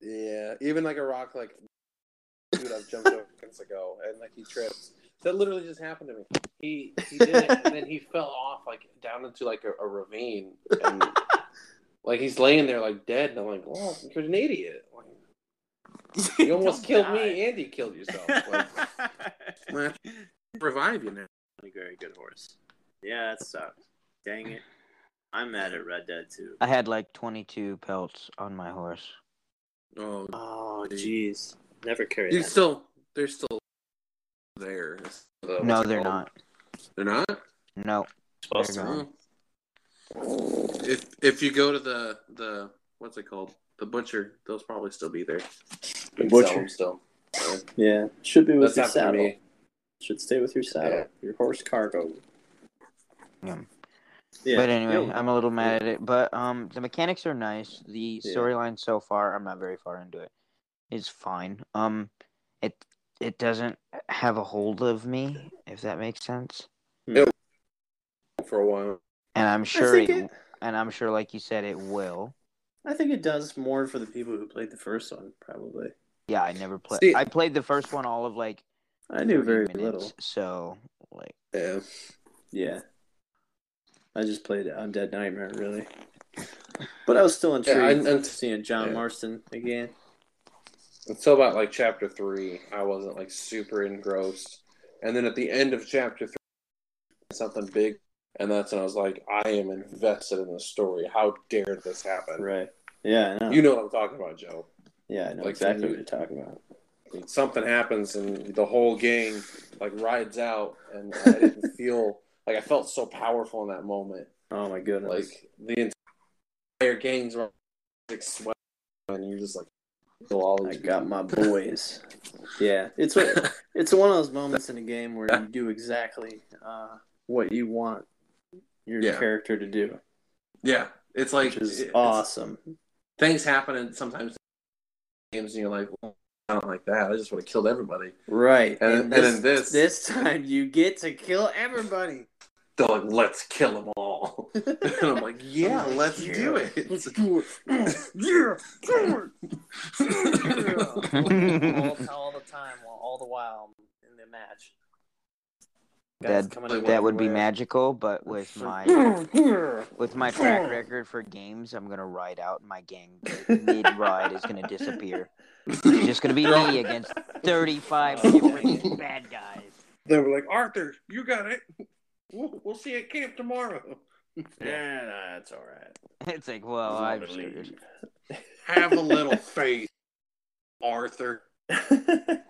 Yeah, even like a rock, like dude, I've jumped over seconds ago, and like he trips. That literally just happened to me. He he did it, and then he fell off like down into like a, a ravine, and like he's laying there like dead. And I'm like, well, you're an idiot. Like, you almost
Don't
killed
die.
me, and you killed yourself. Like, I'm gonna have to revive you now.
a very good horse. Yeah, that sucks. Dang it. I'm mad at Red Dead too.
I had like 22 pelts on my horse.
Oh,
Oh, jeez. Never carry
dude,
that.
still they're still there. So-
No, they're not.
They're not.
No.
Supposed
They're gone.
Oh. If if you go to the the what's it called the butcher, they'll probably still be there.
The
You can sell
butcher.
them still.
Yeah. Should be
That's
with your
happened to
saddle.
me.
Should stay with your saddle.
Yeah.
Your horse cargo.
Yeah.
Yeah.
But anyway,
Yo,
I'm a little mad at it. But um, the mechanics are nice. The
Yeah.
storyline so far, I'm not very far into it. Is fine. Um, it it doesn't have a hold of me, if that makes sense.
for a while.
And I'm
I
sure
think
it,
it,
and I'm sure, like you said, it will.
I think it does more for the people who played the first one, probably.
Yeah, I never played.
See-
I played the first one all of like
I knew
30
very
minutes,
little.
So like,
Yeah.
Yeah. I just played Undead Nightmare, really. But I was still intrigued
Yeah, I- I-
seeing John
yeah.
Marston again.
Until about like chapter three, I wasn't like super engrossed. And then at the end of chapter three, something big, and that's when I was like, I am invested in the story. How dare this happen?
Right. Yeah, I know.
You know what I'm talking about, Joe.
yeah, I know
like,
exactly
you-
what you're talking about.
something happens and the whole gang like rides out and i didn't feel like i felt so powerful in that moment
Oh my goodness.
like the entire gang's like sweat and you're just like feel all
I
these
got my boys. yeah, it's a, it's one of those moments in a game where you do exactly uh, what you want your
Yeah.
character to do,
yeah it's like
which is
it- it's-
awesome.
things happen and sometimes games and you're like well, i don't like that i just would have killed everybody
Right,
And- and then this-
this time you get to kill everybody.
they're like let's kill them all and i'm like yeah let's do it
Let's do it. Mm, Yeah, do it. all, all the time, while- all the while in the match. Guys
That-
coming in
that would be
everywhere.
magical. But with my
Yeah.
with my track record for games, I'm gonna ride out and my gang mid ride is gonna disappear. It's just gonna be me against 35 different bad guys.
they were like "Oh." arthur you got it we'll, we'll see you at camp tomorrow
Nah, nah, it's all right.
It's like, well, Oh, I'm serious.
Have a little faith, Arthur.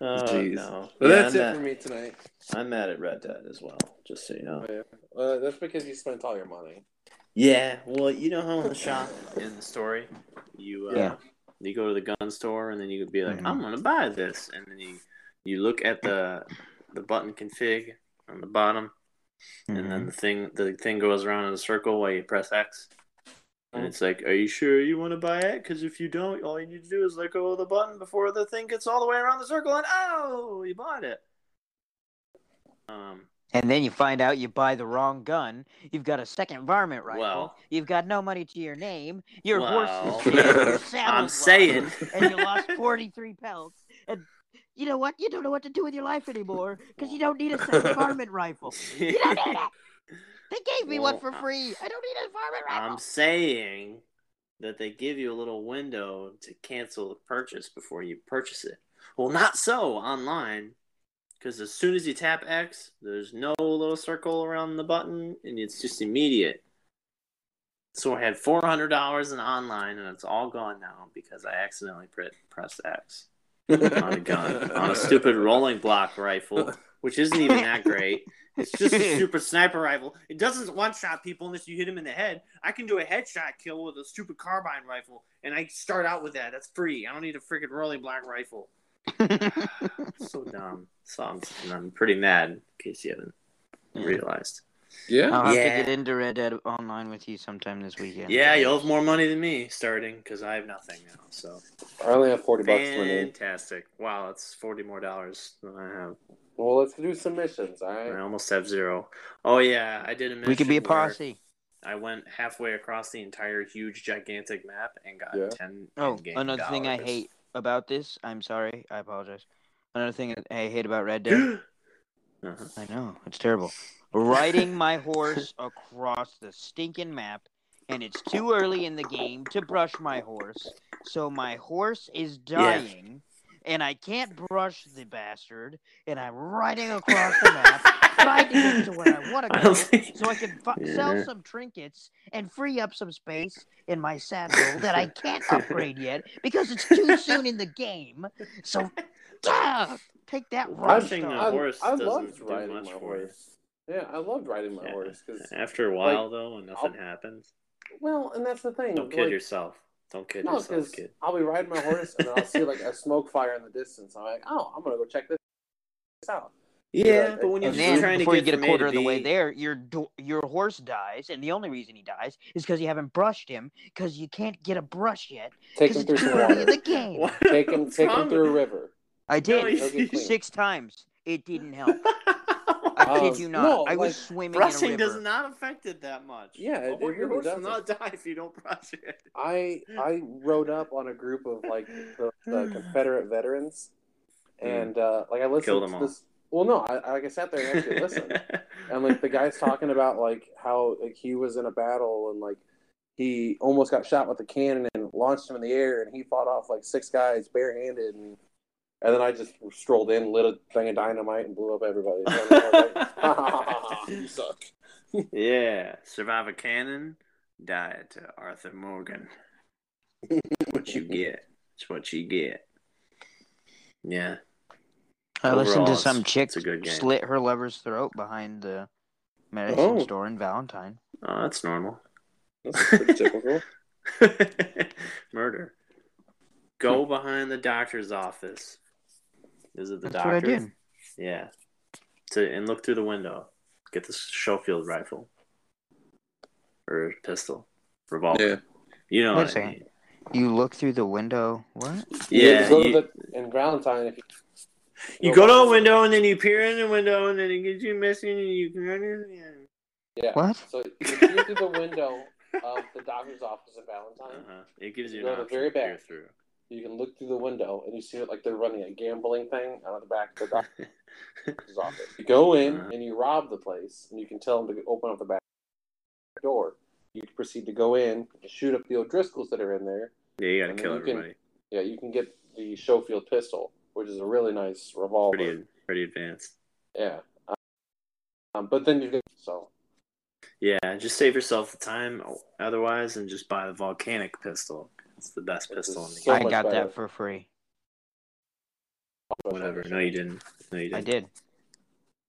Oh,
Jeez.
no.
But
Yeah,
that's
I'm,
it
mad,
for me tonight.
I'm mad at Red Dead as well, just so you know.
Uh, that's because you spent all your money.
Yeah, well, you know how in the shop, in the story, you uh,
Yeah.
you go to the gun store and then you could be like,
Mhm.
Mm-hmm.
I'm going to buy this. And then you, you look at the the button config on the bottom
Mm-hmm.
and then the thing the thing goes around in a circle while you press X. And it's like, are you sure you want to buy it? Because if you don't, all you need to do is let go of the button before the thing gets all the way around the circle, and oh, you bought it. Um,
And then you find out you buy the wrong gun. You've got a second varmint rifle.
Well.
You've got no money to your name. Your
Well.
horse is dead. Your saddle's
I'm
lost,
saying.
And you lost 43 pelts. And you know what? You don't know what to do with your life anymore because you don't need a second varmint rifle. You don't need it. They gave me one for
Well, I-
free. I don't need a varmint rifle.
I'm saying that they give you a little window to cancel the purchase before you purchase it. Well, not so online, because as soon as you tap X, there's no little circle around the button, and it's just immediate. So I had four hundred dollars in online, and it's all gone now because I accidentally pre- pressed X on a gun Oh on a stupid rolling block rifle, which isn't even that great. It's just a super sniper rifle. It doesn't one shot people unless you hit them in the head. I can do a headshot kill with a stupid carbine rifle, and I start out with that. That's free. I don't need a freaking rolling black rifle. so dumb. So I'm, and I'm pretty mad, in case you haven't realized.
Yeah.
I'll have
Yeah.
to get into Red Dead Online with you sometime this weekend.
Yeah, you'll have more money than me starting because I have nothing now. So
I only have 40 bucks for me.
fantastic! Wow, that's forty more dollars than I have.
Well, let's do submissions, all right?
I almost have zero. Oh yeah, I did a mission.
We could be a
where
posse.
I went halfway across the entire huge gigantic map and got
Yeah.
ten.
Oh,
endgame
another thing I
dollars.
hate about this. I'm sorry. I apologize. Another thing I hate about Red Dead.
Uh-huh.
I know it's terrible. Riding my horse across the stinking map, and it's too early in the game to brush my horse, so my horse is dying, and I can't brush the bastard, and I'm riding across the map, trying to get to where I want to go, so I can fu-
Yeah.
sell some trinkets and free up some space in my saddle that I can't upgrade yet because it's too soon in the game. So, ah, take that,
Rushing
Rockstar.
the horse
I
doesn't
loved
do
riding
much
my
for
horse. Yeah, I loved riding my
Yeah.
horse because
After a while, though, and nothing happens.
well, and that's the thing.
Don't kid
like,
yourself. Don't kid
No,
yourself,
because
kid.
I'll be riding my horse and I'll see like a smoke fire in the distance. I'm like, oh, I'm gonna go check this out. Yeah, but when
And
you're
then
trying
before you get a quarter of the way there, your do- your horse dies, and the only reason he dies is because you haven't brushed him because you can't get a brush yet
Take
because
him
it's
through
too
some
early in
water.
the game.
Take him, take him through a river.
I did
He'll get clean.
six times. It didn't help. I
Um,
kid you not.
no,
I
like,
was swimming
Brushing
in a river.
does not affect it that much.
Yeah, it-
Oh,
it
your
really
horse
doesn't.
will not die if you don't brush it.
I I rode up on a group of like the, the Confederate veterans, and uh, like I listened
Hmm. Killed 'em
to
all.
this. Well, no, I like I sat there and actually listened, and like the guy's talking about like how like he was in a battle and like he almost got shot with a cannon and launched him in the air and he fought off like six guys barehanded and and then I just strolled in, lit a thing of dynamite, and blew up everybody. And I was like, "Oh, you suck.
yeah, survive a cannon, die to Arthur Morgan. what you get? It's what you get. Yeah,
I listened
Overall,
to
it's-
some chick
it's a good game.
slit her lover's throat behind the medicine
Oh.
store in Valentine.
oh, that's normal.
That's pretty typical.
Murder. Go
Hmm.
behind the doctor's office. Is it the
That's
doctor?
what I did.
Yeah. To and look through the window. Get the Schofield rifle or pistol, revolver.
Yeah.
You know.
Wait a
What I
second.
mean.
You look through the window. What?
Yeah.
Go to
You,
the- in Valentine, if you,
you go to a window and then you peer in the window and then it gets you missing and you can run in.
Yeah.
What?
So you peer through the window of the doctor's office in Valentine.
Uh-huh. It gives you
Go
an
to the
option
very
to peer
back.
through.
You can look through the window and you see it like they're running a gambling thing out of the back of the
Uh-huh.
doctor's office. You go in and you rob the place, and you can tell them to open up the back door. You proceed to go in, you shoot up the O'Driscolls that are in there.
Yeah, you gotta
And
kill
you can-
everybody.
Yeah, you can get the Schofield pistol, which is a really nice revolver.
Pretty, pretty advanced.
Yeah. Um, but then you so
Yeah, just save yourself the time. Otherwise, and just buy the volcanic pistol. It's the best
This
pistol in
is
the
so
game.
I
much
got
better.
that for free.
Whatever. No, you didn't. No, you
I
didn't.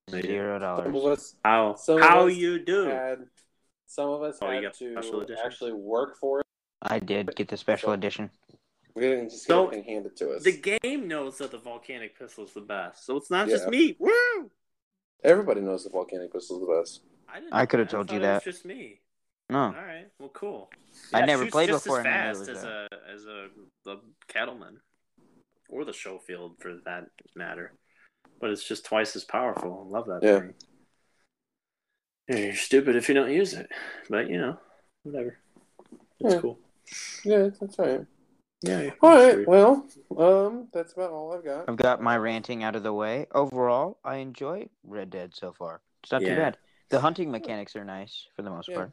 did.
Yeah.
Zero
Some
dollars.
of us
How?
Some of
how
us
you do?
had some of us
Oh, you
had
got special
to
edition?
actually work for it.
I did get the special edition.
We didn't just
So,
get everything handed to us.
The game knows that the volcanic pistol is the best, so it's not just
Yeah.
me. Woo!
Everybody knows the volcanic pistol is the best.
I, didn't
I
know
coulda
that.
told
thought
you
it was
that.
just me.
No.
All right. Well, cool.
I
Yeah, it
never
shoots
played
just
before
As
and I knew it
fast
was
as a as a the cattleman, or the Schofield for that matter, but it's just twice as powerful. I love that
Yeah.
thing. Yeah, You're stupid if you don't use it, but you know, whatever. It's
Yeah.
cool.
Yeah, that's right.
Yeah.
All right. Well, um, that's about all I've got.
I've got my ranting out of the way. Overall, I enjoy Red Dead so far. It's not
Yeah.
too bad. The hunting mechanics are nice for the most
Yeah.
part.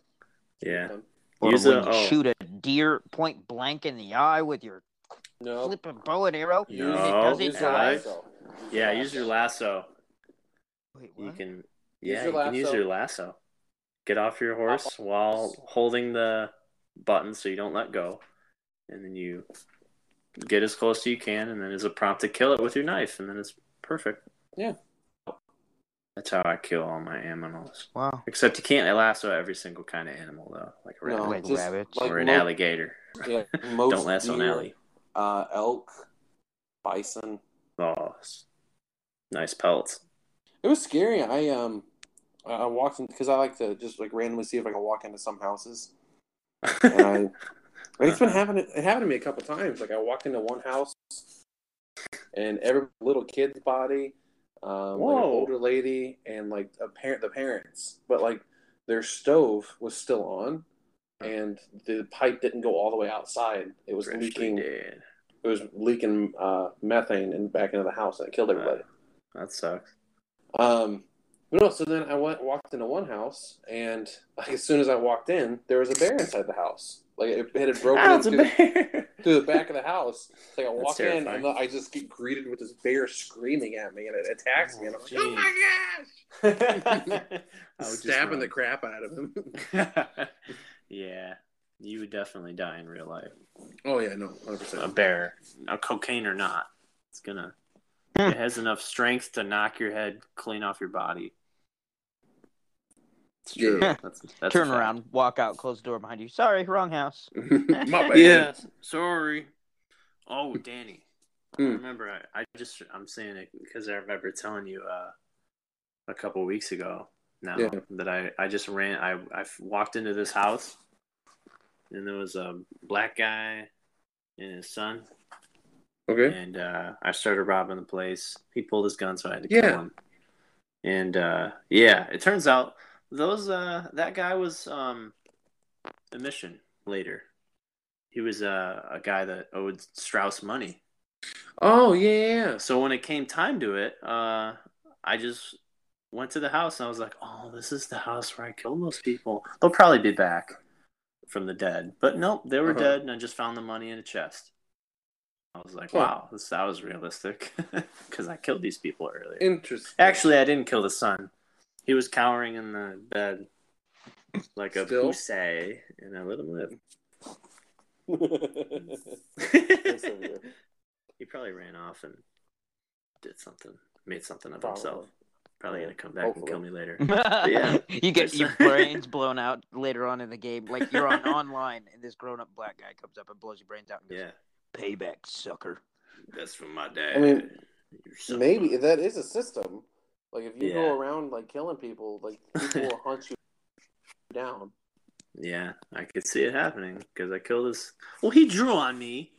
Yeah.
Or
Use
when
a-
you
oh.
shoot a deer point blank in the eye with your
No.
flipping bow and arrow.
No.
And it does
Use
it
your
twice.
lasso. Yeah. Use your lasso.
Wait,
You
what?
can
Use
yeah,
your
you can use
lasso.
your lasso. Get off your horse while holding the button so you don't let go. And then you get as close as you can and then it's a prompt to kill it with your knife and then it's perfect.
Yeah.
That's how I kill all my animals.
Wow.
Except you can't lasso every single kind of animal though, like a
No,
rabbit
Like
just
rabbits.
like
or an
mo-
alligator.
Yeah, most
don't lasso an
deer,
alley.
Uh, elk, bison.
Oh, s- nice pelts.
It was scary. I um, I I walked in because I like to just like randomly see if I can walk into some houses. and I, like, Um, it's been happening. It happened to me a couple times. Like I walked into one house, and every little kid's body, um, like an
Whoa.
older lady, and like a parent, the parents, but like their stove was still on, and the pipe didn't go all the way outside. It was
Freshly
leaking.
dead.
It was leaking uh, methane and back into the house, and it killed everybody.
That sucks.
Um, but no, so then I went walked into one house, and like as soon as I walked in, there was a bear inside the house. Like it, it had broken
Ah, it's a
into
bear.
through the back of the house. It's like I walk in
terrifying.
and I just get greeted with this bear screaming at me and it attacks me. And I'm like, oh
Jeez.
my gosh!
I would just
Stabbing the
run.
crap out of him.
yeah, you would definitely die in real life.
oh yeah, no, 100%.
A bear, a cocaine or not, it's gonna. It has enough strength to knock your head clean off your body. It's true.
Yeah.
That's, that's a
Turn
fact.
around, walk out, close the door behind you. Sorry, wrong house.
my bad.
Yeah, sorry. Oh, Danny. I
Hmm.
remember. I, I just I'm saying it because I remember telling you uh, a couple weeks ago now
Yeah.
that I I just ran. I I walked into this house, and there was a black guy and his son,
Okay.
and uh, I started robbing the place. He pulled his gun, so I had to
Yeah.
kill him. And uh, yeah, it turns out those uh, that guy was um, a mission later. He was uh, a guy that owed Strauss money.
Oh yeah, yeah.
So when it came time to it, uh, I just went to the house and I was like, "Oh, this is the house where I killed those people. They'll probably be back from the dead." But nope, they were
Uh-huh.
dead, and I just found the money in a chest. I was like,
Huh.
"Wow, this that was realistic," because I killed these people earlier.
Interesting.
Actually, I didn't kill the son. He was cowering in the bed like a
Still?
pussy, and I let him live.
so good.
he probably ran off and did something, made something of
Probably.
himself. Probably gonna come back
Hopefully.
and kill me later.
yeah, you get
There's-
your brains blown out later on in the game. Like you're on online, and this grown-up black guy comes up and blows your brains out. And goes,
yeah,
payback, sucker.
that's from my dad.
I mean,
You son of
Maybe
a-
that is a system. Like if you
Yeah.
go around like killing people, like people will hunt you down.
Yeah, I could see it happening because I killed this. Well, he drew on me.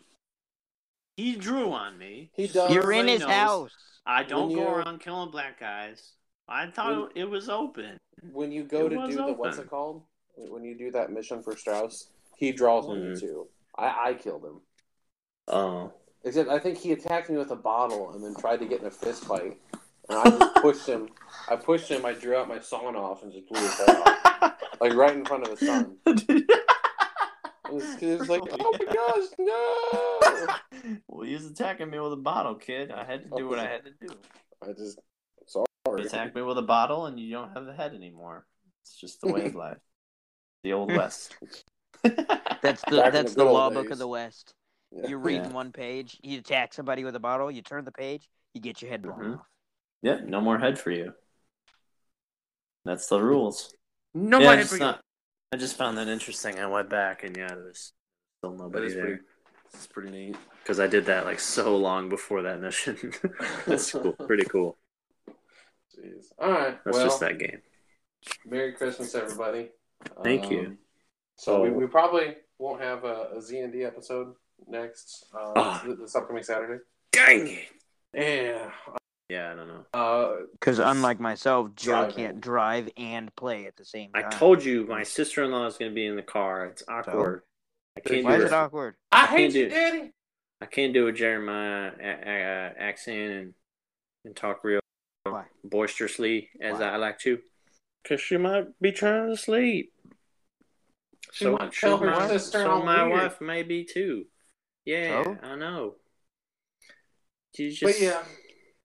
He drew on me.
He
Just
does.
so
You're in
everybody
his
knows,
house.
I don't
When
go
you-
around killing black guys. I thought it was open.
When you go
It
to
was
do the what's
open.
it called? When you do that mission for Strauss, he draws on you
Mhm.
too. I, I killed him.
Oh,
Except I think he attacked me with a bottle and then tried to get in a fist fight. And I just pushed him. I pushed him. I drew out my sawn off and just blew his head off, like right in front of the sun. It was, it was like, oh my gosh, no!
well, he was attacking me with a bottle, kid. I had to do what I had to do.
I just sorry.
You attack me with a bottle, and you don't have the head anymore. It's just the way of life. The old west.
That's the
Back in
that's
the
the,
good old
law book
days.
of the West.
Yeah.
You're reading
Yeah.
one page, you attack somebody with a bottle, you turn the page, you get your head blown
Mhm.
off.
yeah, no more head for you. That's the rules.
No
yeah, I,
one
just not- I just found that interesting. I went back, and yeah, there was still nobody
is
there
pretty- It's pretty neat.
because I did that like so long before that mission. That's cool. Pretty cool.
Jeez. All right.
That's
well,
just that game.
Merry Christmas, everybody. Um,
Thank you.
So we, we probably won't have a, a Z and D episode next uh,
Ah.
th- this upcoming Saturday.
Dang it!
Yeah.
Yeah, I don't know.
Uh,
Because unlike myself, Joe
Driving.
can't drive and play at the same
I
time.
told you my sister in law is going to be in the car. It's awkward. I can't
Why
do
is
it.
it awkward?
I
I can't
hate you,
do it.
Daddy.
I can't do a Jeremiah a- a- a- accent and and talk real
Why?
boisterously as
Why?
I like to, because she might be trying to sleep.
She
so
might tell
so
her
my,
sister
so
I'm
my
weird.
wife may be too. Yeah,
Oh?
I know. She's
But
just
yeah. oh,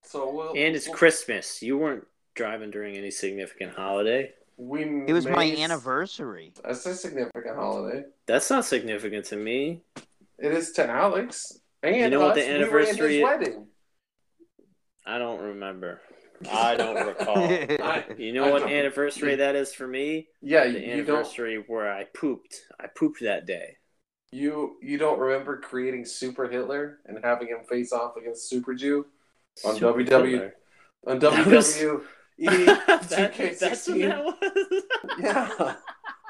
So we'll,
and it's Christmas. You weren't driving during any significant holiday.
We
It was my
may-
anniversary.
That's a significant holiday.
That's not significant to me.
It is to Alex. And
You know what
us.
the anniversary
We were in his wedding.
I don't remember. I don't recall.
Oh,
I-
You know
I
what
don't-
anniversary that is for me?
Yeah,
the
you don't
anniversary where I pooped. I pooped that day.
You you don't remember creating Super Hitler and having him face off against Super Jew On E?
Super
WW.
killer.
on
That was-
WWE?
That- That's what that was.
yeah,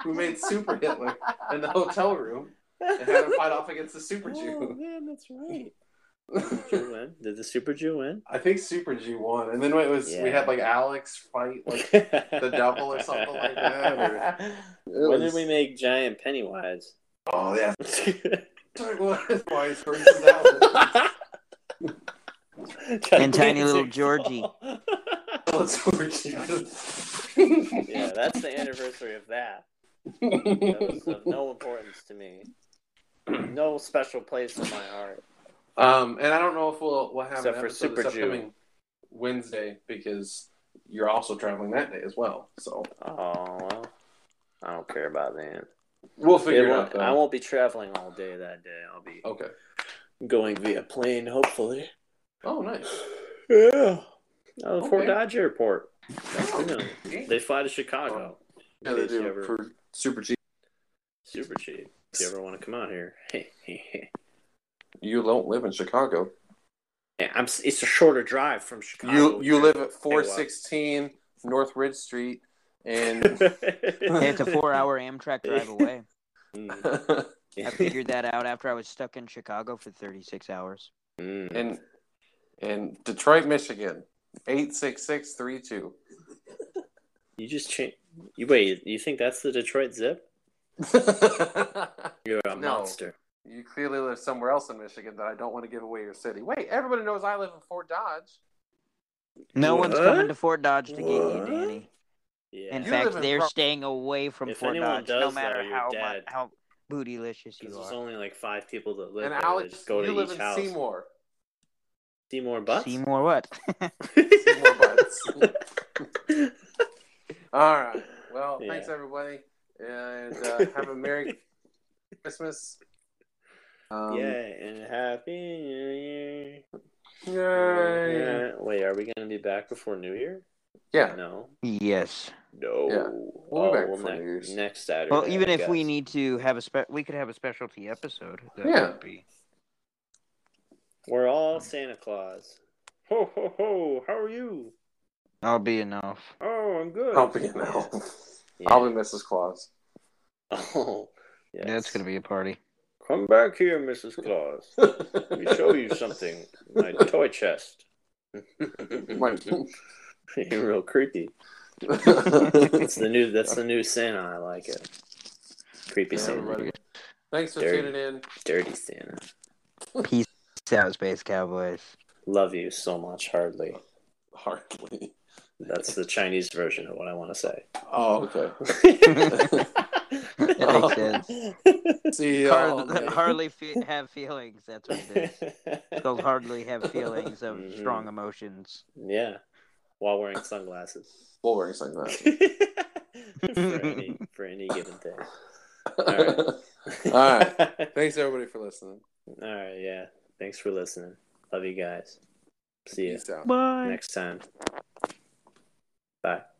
who made Super Hitler in the hotel room and had him fight off against the Super
Oh
Jew?
man, that's right. Jew win. Did the Super Jew win?
I think Super Jew won, and then it was we
Yeah.
had like Alex fight like
the
devil or something like that,
When did we make Giant Pennywise?
Oh yeah,
and
Sorry, what is Wise versus Alex?
tiny little Georgie.
Super Jew.
yeah, that's the anniversary of that. That was of no importance to me. no special place in my heart.
Um, and I don't know if we'll we'll have
Except
an
for
episode
Super
this
Jew.
upcoming Wednesday because you're also traveling that day as well. So
Oh, well, I don't care about that.
we'll figure
It
it
won't-
out. Though. Oh,
I won't be traveling all day that day. I'll be
Okay.
going via plane, hopefully.
Oh, nice.
Yeah. Uh, Fort
Okay.
Dodge Airport.
Oh,
You know, they fly to Chicago. In
yeah, they
case you
do
ever-
for super cheap.
super cheap. If you ever want to come out here, hey,
You don't live in Chicago.
I'm. s- It's a shorter drive from Chicago.
You you live at
Take a while.
four sixteen North Ridge Street, and
it's a four-hour Amtrak drive away.
Mm,
I figured that out after I was stuck in Chicago for 36 hours.
mm.
and and Detroit, Michigan, eight six six three two.
you just change. You wait. You think that's the Detroit zip? You're a
No.
monster.
You clearly live somewhere else in Michigan that I don't want to give away your city. Wait, everybody knows I live in Fort Dodge.
No one's
What?
coming to Fort Dodge to get you,
What?
Danny.
Yeah.
In
You
fact,
live in
they're
Pro-
staying away from
If
Fort
anyone
Dodge,
does
no
that,
matter
you're
how mu-
dead.
how
Because
bootylicious you
there's
are.
only like five people that live
And
there. They
Alex,
just go to
you
each
live in
house.
Seymour.
Seymour Butts.
Seymour, what?
Seymour Butts. All right. Well,
Yeah.
thanks everybody, and uh, have a merry Christmas. Um,
yeah, and happy New Year.
Yay.
Yeah. Wait, are we gonna be back before New Year?
Yeah.
No.
yes.
No.
Yeah. We'll be back before
next,
New Year's.
next Saturday.
Well, even
I
if we
guess.
need to have a spe- we could have a specialty episode. That
Yeah.
would be-
we're all Santa Claus. Ho ho ho! How are you?
I'll be enough.
Oh, I'm good.
I'll be in hell.
Yeah.
I'll be Mrs. Claus.
Oh, yes.
That's gonna be a party.
Come back here, Mrs. Claus. Let me show you something. My toy chest. You're real creepy. That's the new. That's the new Santa. I like it. Creepy
Yeah,
Santa.
everybody. Thanks for
There you-
tuning in.
Dirty Santa.
Peace out, Space Cowboys.
Love you so much. Hardly.
Hardly.
That's the Chinese version of what I want to say.
Oh, okay.
makes sense.
Oh,
See Oh,
Hard-
y'all.
hardly fe- have feelings. That's what it is. It's called hardly have feelings of
Mhm.
strong emotions.
Yeah, while wearing sunglasses.
Boring like that.
for any for any given thing.
All Thanks everybody for listening.
All right. Yeah. Thanks for listening. Love you guys. See you
Peace out.
Bye.
next time. Bye.